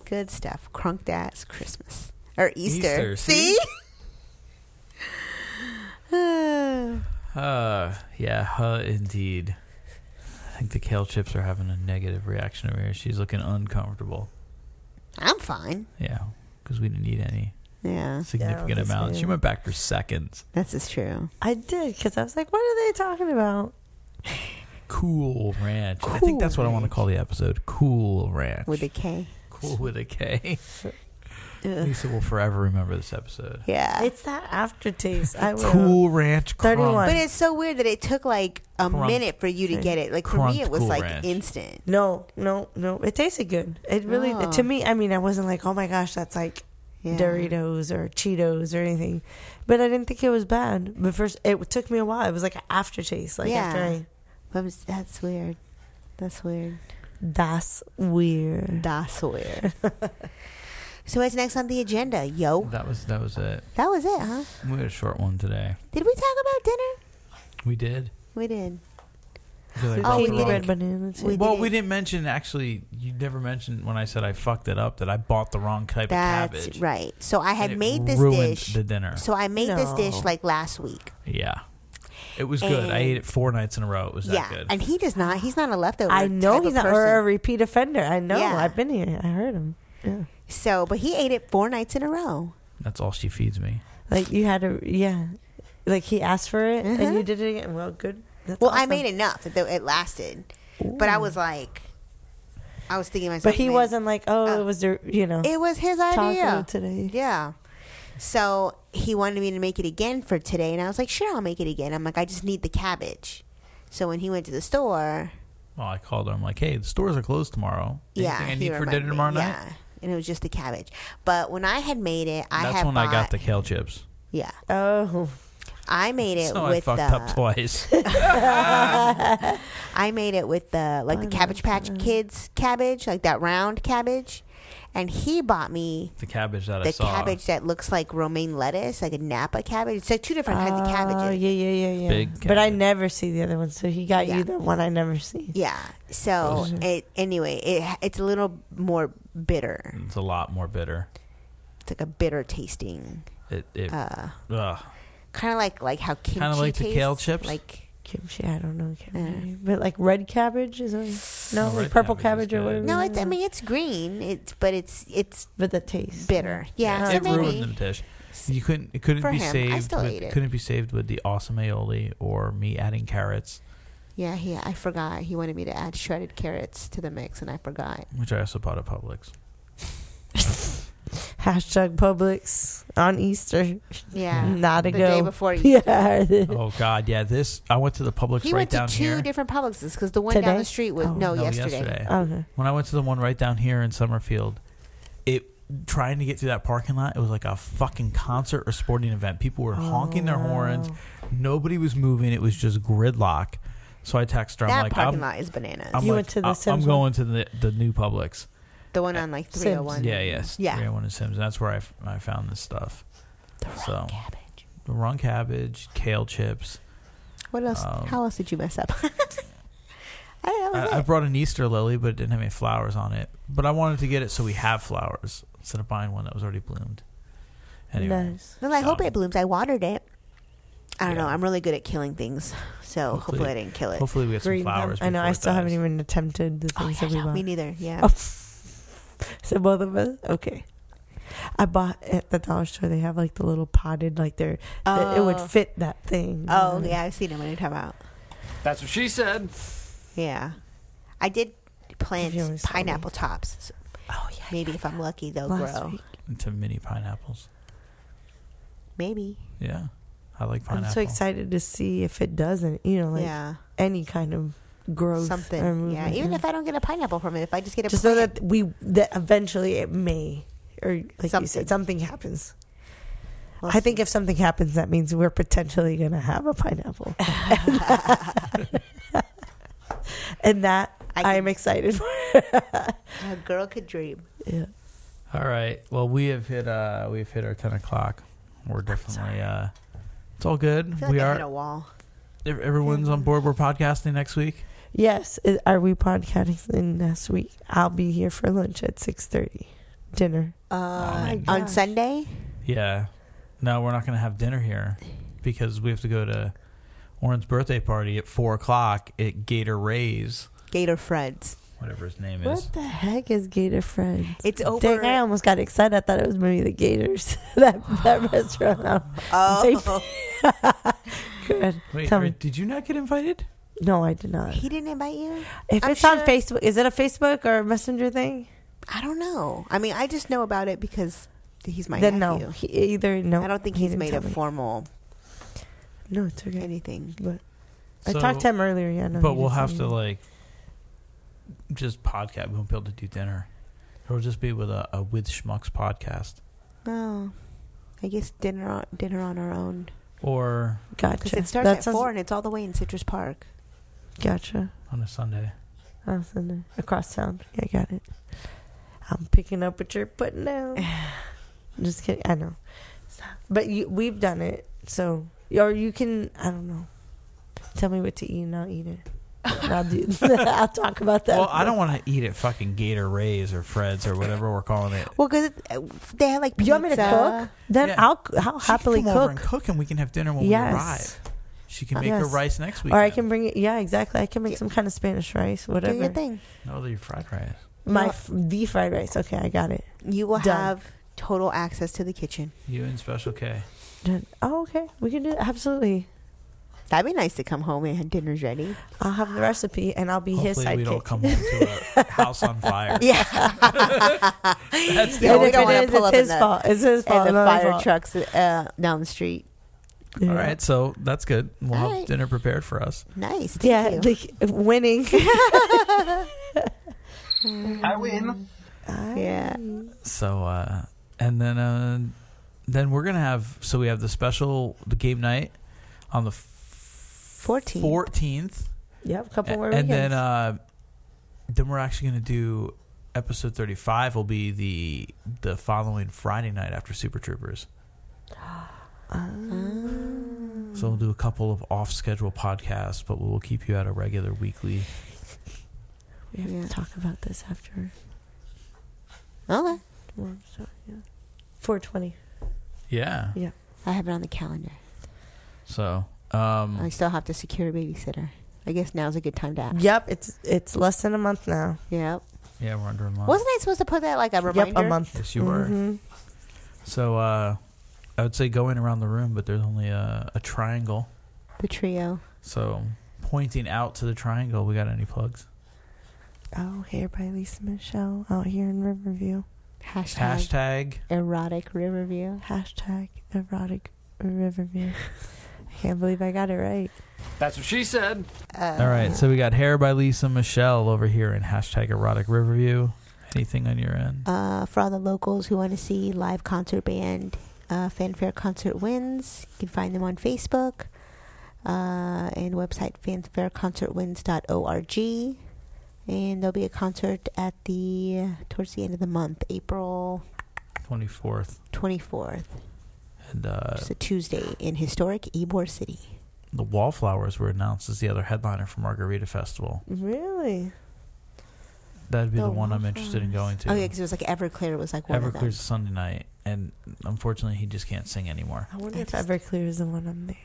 A: Good stuff. Crunk that's Christmas. Or Easter.
E: Easter,
A: see?
E: see?
A: Uh,
E: uh, yeah, huh, indeed. I think the kale chips are having a negative reaction over here. She's looking uncomfortable.
A: I'm fine.
E: Yeah, because we didn't need any
A: Yeah.
E: significant
H: Yeah, that's
E: amounts. She
H: true.
E: went back for seconds.
A: This is true.
H: I did because I was like, "What are they talking about?"
E: Cool Ranch. I think that's what I want to call the episode. Cool Ranch.
A: With a K.
E: Cool with a K.
A: Ugh.
E: Lisa will forever remember this episode.
A: Yeah.
H: It's that aftertaste. I will.
E: Cool Ranch crumb.
A: But it's so weird that it took like a
E: Crunked.
A: minute for you to get it. Like for me,
E: Crunked
A: it was
E: Cool
A: like
E: Ranch.
A: instant.
H: No, no, no. It tasted good. It really
A: Oh.
H: to me. I mean, I wasn't like, "Oh my gosh, that's like Doritos or Cheetos or anything," but I didn't think it was bad. But first, it took me a while. It was like an aftertaste. Like after I
A: That was- that's weird. That's weird.
H: That's weird.
A: That's weird. so what's next on the agenda, yo?
E: That was that was it.
A: That was it, huh?
E: We had a short one today.
A: Did we talk about dinner?
E: We did.
A: We did.
E: I feel like
A: Oh,
E: we
A: we
E: did.
A: didn't. Red banana too. We
E: well,
A: didn't.
E: we didn't mention actually. You never mentioned when I said I fucked it up that I bought the wrong type of
A: That's
E: cabbage.
A: right. So I
E: And
A: had
E: it
A: made this
E: ruined
A: dish.
E: the dinner.
A: So I made this dish
E: No.
A: like last week.
E: Yeah, it was good.
A: And-
E: I ate it four nights in a row. It was
A: yeah,
E: that good.
A: and he does not. He's not a leftover.
H: I know
A: type
H: he's
A: of
H: not, or a
A: person.
H: repeat offender. I know.
A: Yeah.
H: I've been here. I heard him. Yeah.
A: So, but he ate it four nights in a row.
E: That's all she feeds me.
H: Like you had a yeah. Like he asked for it and you did it again. Well, good. That's
A: Uh-huh. well, I
H: awesome.
A: made enough that it lasted, but I was like, I was thinking to myself,
H: But he
A: like,
H: wasn't like, oh, it was the you know.
A: It was his
H: taco
A: idea
H: today.
A: Yeah. So he wanted me to make it again for today, and I was like, sure, I'll make it again. I'm like, I just need the cabbage. So when he went to the store,
E: Well, I called her. I'm like, hey, the stores are closed tomorrow.
A: yeah,
E: Anything I
A: he
E: need for
A: reminded
E: dinner
A: me,
E: tomorrow night?
A: Yeah, and it was just the cabbage. But when I had made it, I
E: That's
A: had
E: when
A: bought,
E: I got the kale chips.
A: yeah.
H: Oh.
A: I made it
E: so
A: with
E: I fucked
A: the
E: up twice.
A: I made it with the like the Cabbage Patch Kids cabbage, like that round cabbage, and he bought me
E: the cabbage that I
A: the
E: saw.
A: cabbage that looks like romaine lettuce, like a Napa cabbage. It's like two different kinds of
H: Oh
A: cabbages.
H: yeah, yeah, yeah, yeah.
E: Big
H: but I never see the other one, so he got you the one I never see.
A: Yeah. So
H: Those-
A: it anyway, it it's a little more bitter.
E: It's a lot more bitter.
A: It's like a bitter tasting,
E: It it
A: Uh,
E: ugh.
A: kind of like like how kimchi
E: Kinda like the
A: tastes.
E: kale chips?
A: Like
H: kimchi, I don't know kimchi, but like red cabbage is what-
A: Oh,
H: no, like
A: red
H: purple cabbage, or whatever.
A: no, it's I mean it's green. It's but it's it's
H: but the taste
A: bitter. Yeah, so
E: it
A: maybe.
E: ruined the dish. You couldn't. It couldn't
A: For
E: be
A: him, I
E: saved.
A: still
E: with,
A: ate it.
E: Couldn't be saved with the awesome aioli or me adding carrots,
A: Yeah, he. I forgot. He wanted me to add shredded carrots to the mix, and I forgot.
E: which I also bought at Publix.
H: hashtag Publix on Easter.
A: Yeah,
H: Mm-hmm. not a
A: the
H: go.
A: day before Easter.
H: Yeah,
E: oh God, yeah. This I went to the Publix
A: he
E: right
A: went
E: down
A: to two
E: here. Oh,
A: different Publixes because the one down
H: Today?
A: the street was no,
E: No,
A: yesterday. Oh.
E: Oh,
H: Okay.
E: When I went to the one right down here in Summerfield, it trying to get through that parking lot, it was like a fucking concert or sporting event. People were honking their
A: Oh.
E: horns. Nobody was moving. It was just gridlock. So I texted her. I'm
A: That
E: like,
A: parking
E: I'm,
A: lot is bananas.
E: I'm
A: You
E: like,
A: went to the
E: I- I'm
A: Sims one?
E: going to the the new Publix.
A: The one on like three hundred one.
E: Yeah, yes.
A: Yeah.
E: 301 and Sims. That's where I, f- I found this stuff. The wrong cabbage. The wrong cabbage, kale chips.
A: What else?
E: Um,
A: How else did you mess up? I don't
H: Oh,
A: know.
E: I, I brought an Easter lily, but it didn't have any flowers on it. But I wanted to get it so we have flowers instead of buying one that was already bloomed. Anyway.
A: Well, I hope
E: so-
A: it blooms. I watered it. I don't know. I'm really good at killing things, so hopefully, I didn't kill it.
E: Hopefully we get some
H: Green
E: flowers.
H: I know. I
E: before it
H: still
E: dies.
H: haven't even attempted the things that we bought.
A: Me neither. Oh, Yeah.
H: Oh. So both of us. Okay. I bought at the dollar store. They have like the little potted, like they're that it would
A: Oh.
H: fit that thing.
A: Oh yeah, I've seen it when it come out.
J: That's what she said.
A: Yeah, I did plant pineapple tops. so
H: Oh,
A: maybe if I'm lucky, they'll
E: Last
A: grow.
E: week. Into mini pineapples.
A: Maybe.
E: Yeah. I like
H: I'm
E: pineapple.
H: so excited to see if it doesn't. You know, like
A: Yeah.
H: any kind of growth, Um,
A: something.
H: or
A: yeah,
H: movement,
A: even if I don't get a pineapple from it, if I just get a
H: just so that we that eventually it may or like you said something happens. I think if something happens, that means we're potentially going to have a pineapple, and that I am excited for.
A: a girl could dream.
H: yeah.
E: All right. Well, we have hit uh we've hit our ten o'clock. We're definitely uh it's all good.
A: I feel
E: we
A: like I
E: are
A: hit a wall.
E: ev- everyone's
H: Mm.
E: on board. We're podcasting next week.
H: Yes, i- are we podcasting next week? I'll be here for lunch at six thirty. Dinner.
A: Uh,
E: Oh my
A: on
E: gosh.
A: Sunday,
E: Yeah. No, we're not going to have dinner here because we have to go to Oren's birthday party at four o'clock at Gator Ray's.
A: Gator Fred's.
E: whatever his name is.
H: What the heck is Gator Friends?
A: It's over-
H: Dang, I almost got excited. I thought it was maybe the Gators. that that restaurant. I'm- I'm
A: Oh.
H: saying- Good.
E: Wait,
H: Tell
E: are-
H: me.
E: did you not get invited?
H: No, I did not.
A: He didn't invite you?
H: If
A: I'm
H: it's on
A: sure-
H: Facebook, is it a Facebook or a Messenger thing?
A: I don't know. I mean, I just know about it because he's my
H: Then no.
A: nephew.
H: He- either no.
A: I don't think
H: he
A: he's
H: didn't
A: made
H: tell
A: a
H: me.
A: formal
H: No, it's okay.
A: anything.
H: But I talked to him earlier. Yeah, no,
E: but
H: he
E: we'll
H: didn't tell
E: have
H: me.
E: to like just podcast. We won't be able to do dinner. It'll just be with a, a with schmucks podcast
A: Oh, I guess dinner on, dinner on our own.
E: or
A: Because it starts
H: That
A: at
H: sounds-
A: four and it's all the way in Citrus Park.
H: Gotcha.
E: on a Sunday.
H: Oh, so no. Across town. Yeah, I got it. I'm picking up what you're putting down. Just kidding. I know. Stop. But you, we've done it. So, or you can, I don't know. Tell me what to eat and I'll eat it. And I'll do. I'll talk about that.
E: Well, I don't want to eat at fucking Gator Ray's or Fred's or whatever we're calling it.
A: Well, because they have like pizza.
H: You want me to cook? Then
E: Yeah.
H: I'll I'll happily
E: Come over and
H: cook.
E: cook, and we can have dinner when
H: Yes.
E: we arrive. She can make her
H: Yes.
E: rice next week.
H: Or I can bring it. Yeah, exactly. I can make some kind of Spanish rice, whatever.
A: Do your thing.
E: No, they're fried rice.
H: My f- the fried rice. Okay, I got it.
A: You will
H: Done.
A: have total access to the kitchen.
E: You and Special K.
H: Done. Oh, okay. We can do that. Absolutely.
A: That'd be nice to come home and have dinner's ready.
H: I'll have the recipe and I'll be his
E: Hopefully,
H: sidekick.
E: we don't come home to a house on fire.
A: Yeah.
E: That's the
A: Yeah,
H: And
A: we
H: if
A: don't
H: it
A: wanna
H: is,
A: pull
H: it's
A: up in
H: his
A: the-
H: fault. It's his fault,
A: And the
H: not my
A: fire
H: fault.
A: trucks uh, down the street.
H: Yeah.
E: All right, so that's good. We'll have
A: All right.
E: dinner prepared for us.
A: Nice. thank
H: Yeah,
A: you.
H: like winning.
A: I win. Yeah.
E: So uh and then uh then we're gonna have so we have the special the game night on the
A: fourteenth.
E: Fourteenth.
H: Yep, couple more
E: And then
H: weekends.
E: uh then we're actually gonna do episode thirty five will be the the following Friday night after Super Troopers.
A: Ah.
H: Ah.
E: So
H: Mm.
E: we'll do a couple of off schedule podcasts, but we'll keep you at a regular weekly
H: we have
A: Yeah.
H: to talk about this after
A: Okay.
H: tomorrow. So, yeah. 420.
E: Yeah.
H: Yeah.
A: I have it on the calendar.
E: So um
A: I still have to secure a babysitter. I guess now's a good time to ask.
H: Yep, it's it's less than a month now.
A: Yep.
E: yeah, we're under a month.
A: Wasn't Mm-hmm. I supposed to put that like a reminder?
H: Yep, a month.
E: Yes, you were.
H: Mhm.
E: So uh, I would say going around the room, but there's only a, a triangle.
A: The trio.
E: So pointing out to the triangle, we got any plugs?
H: Oh, here by Lisa Michelle out here in Riverview.
A: Hashtag,
E: Hashtag.
A: erotic Riverview.
H: Hashtag erotic Riverview. I can't believe I got it right.
S: That's what she said.
A: Uh,
E: All right. So we got hair by Lisa Michelle over here in hashtag erotic riverview. Anything on your end?
A: Uh, for all the locals who want to see live concert band uh, fanfare concert wins, you can find them on Facebook uh, and website fanfareconcertwins.org. And there'll be a concert at the towards the end of the month, April Uh,
E: 24th.
A: 24th.
E: And uh,
A: It's a Tuesday in historic Ybor City.
E: the Wallflowers were announced as the other headliner for Margarita Festival.
H: Really?
E: That'd be the,
A: The
E: one I'm interested in going to.
A: Oh yeah, because it was like Everclear was like one of them.
E: Everclear's Sunday night, and unfortunately, he just can't sing anymore.
H: I wonder if Everclear is the one I'm there.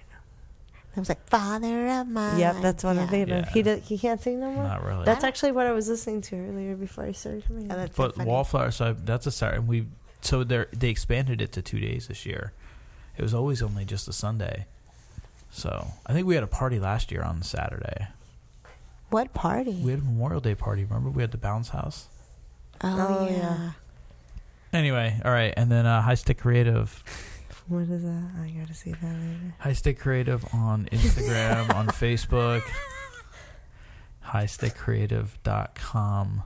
A: I was like Father of Mine.
H: Yep, that's one
A: yeah.
H: I'm thinking of.
E: Yeah.
H: He, does, he can't sing no more?
E: Not really.
H: Ah, That's actually what I was listening to earlier before I started coming. in.
E: But Wallflower, so I, that's a Saturday. And we so they they expanded it to two days this year. It was always only just a Sunday. So I think we had a party last year on Saturday.
A: What party?
E: We had a Memorial Day party. Remember, we had the bounce house.
A: Oh,
H: Oh,
A: yeah.
H: yeah.
E: Anyway, all right, and then uh, High Stick Creative,
H: What is that? I gotta see that later.
E: High Stick Creative on Instagram, on Facebook, highstickcreative.com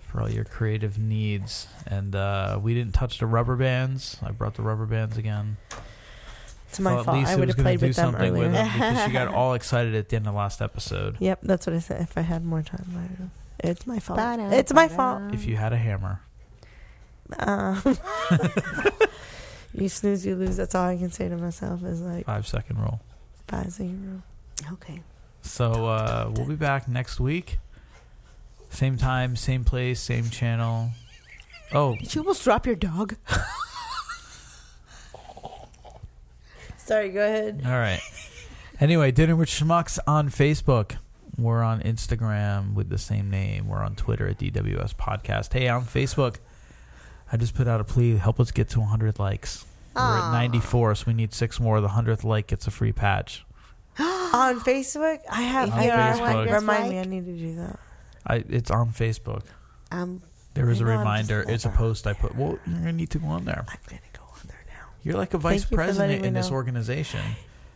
E: for all your creative needs. And uh, we didn't touch the rubber bands. I brought the rubber bands again.
H: It's my
E: Thought
H: fault.
E: Lisa
H: I would
E: was gonna
H: have played
E: do
H: with them
E: something
H: earlier.
E: with them because she got all excited at the end of last episode.
H: Yep, that's what I said. If I had more time, I would have. It's my fault.
A: Ba-da,
H: it's my
A: ba-da.
H: fault.
E: If you had a hammer,
H: Um, you snooze, you lose. That's all I can say to myself is like
E: five second rule.
H: five zero.
A: Okay.
E: So uh, we'll be back next week. Same time, same place, same channel. Oh,
A: Did you almost drop your dog?
H: Sorry, go ahead.
E: all right. Anyway, Dinner with Schmucks on Facebook. We're on Instagram with the same name. We're on Twitter at DWS Podcast. Hey, on Facebook, I just put out a plea. Help us get to 100 likes. We're
H: Aw.
E: at 94, so we need six more. The 100th like gets a free patch.
H: on Facebook, I have.
E: On
H: I gotta
E: Facebook.
H: remind- Remind me, I need to do that.
E: I, it's on Facebook.
H: Um,
E: There is
H: I
E: a
H: know I'm
E: reminder.
H: just
E: It's a post I put. Well, you're gonna need to go on there. I'm gonna go on there now. You're like a vice
H: Thank you for letting
E: president
H: me
E: in this
H: know.
E: organization.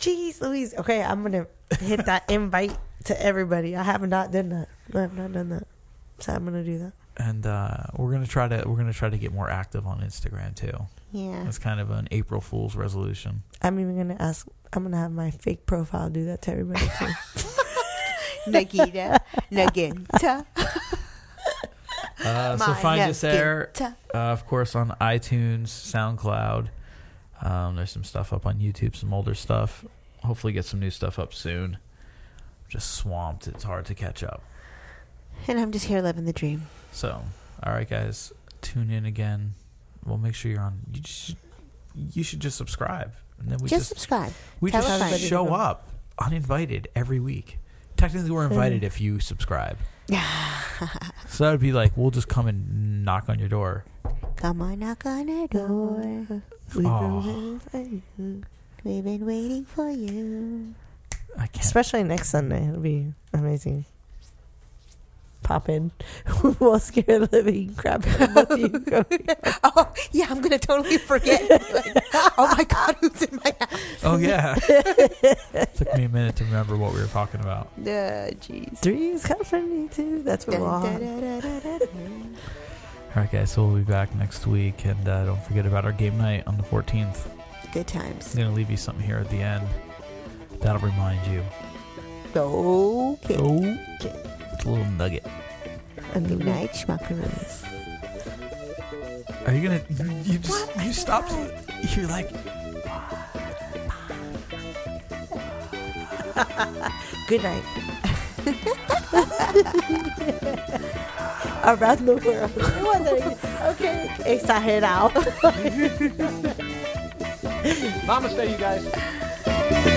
H: Jeez, Louise. Okay, I'm gonna hit that invite to everybody. I have not done that. I have not done that, so I'm gonna do that.
E: and uh, we're gonna try to we're gonna try to get more active on Instagram too.
H: Yeah.
E: that's kind of an April Fool's resolution.
H: I'm even gonna ask. I'm gonna have my fake profile do that to everybody too.
A: Nikita, Nagita.
E: Uh, so
A: My
E: find us there,
A: Nagita.
E: uh, of course, on iTunes, SoundCloud. Um, there's some stuff up on YouTube, some older stuff. Hopefully, get some new stuff up soon. Just swamped; it's hard to catch up.
A: And I'm just here living the dream.
E: So, all right, guys, tune in again. We'll make sure you're on. You just, you should just subscribe, and then we
A: Just
E: just
A: subscribe.
E: We
A: Tell a
E: just
A: friend.
E: show up uninvited every week. Technically,
A: Hmm.
E: we're invited if you subscribe. so that would be like we'll just come and knock on your door.
A: Come on, knock on the door.
E: We've Aw. been
A: We've been waiting for you.
H: Especially next Sunday, it'll be amazing. Pop in. we'll scare the living crap out of both of you.
A: oh, yeah, I'm going to totally forget. Like, oh my God, who's in my house?
E: Oh yeah. Took me a minute to remember what we were talking about.
A: Yeah, jeez.
H: Three is coming from me too. That's what we'll all have.
E: All right, guys. So we'll be back next week, and uh, don't forget about our game night on the 14th.
A: Good times.
E: I'm gonna leave you something here at the end. That'll remind you.
A: Okay.
E: Okay. Oh, It's a little nugget.
A: Good night, schmuckaroos.
E: Are you gonna? You, you just you stopped. You're like
H: Good night. Around the world. It wasn't okay. Exagerado.
Y: Namaste, you guys.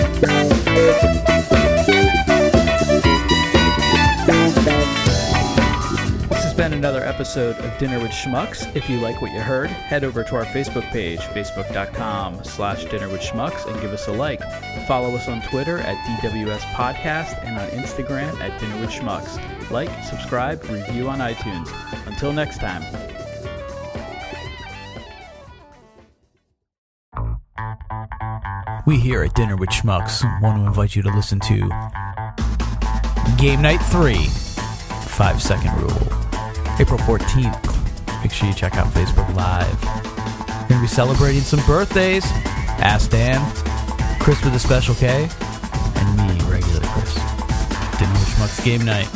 Z: This has been another episode of Dinner with Schmucks. If you like what you heard, head over to our Facebook page, facebook.com slash dinner with schmucks, and give us a like. Follow us on Twitter at DWS Podcast and on Instagram at Dinner with Schmucks. Like, subscribe, review on iTunes. Until next time.
E: We here at Dinner with Schmucks want to invite you to listen to Game Night 3 Five Second Rule. April 14th. Make sure you check out Facebook Live. We're going to be celebrating some birthdays. Ask Dan, Chris with a special K, and me, regular Chris. Dinner with Schmucks Game Night.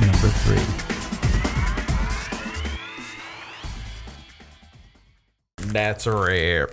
E: Number three. That's a rare.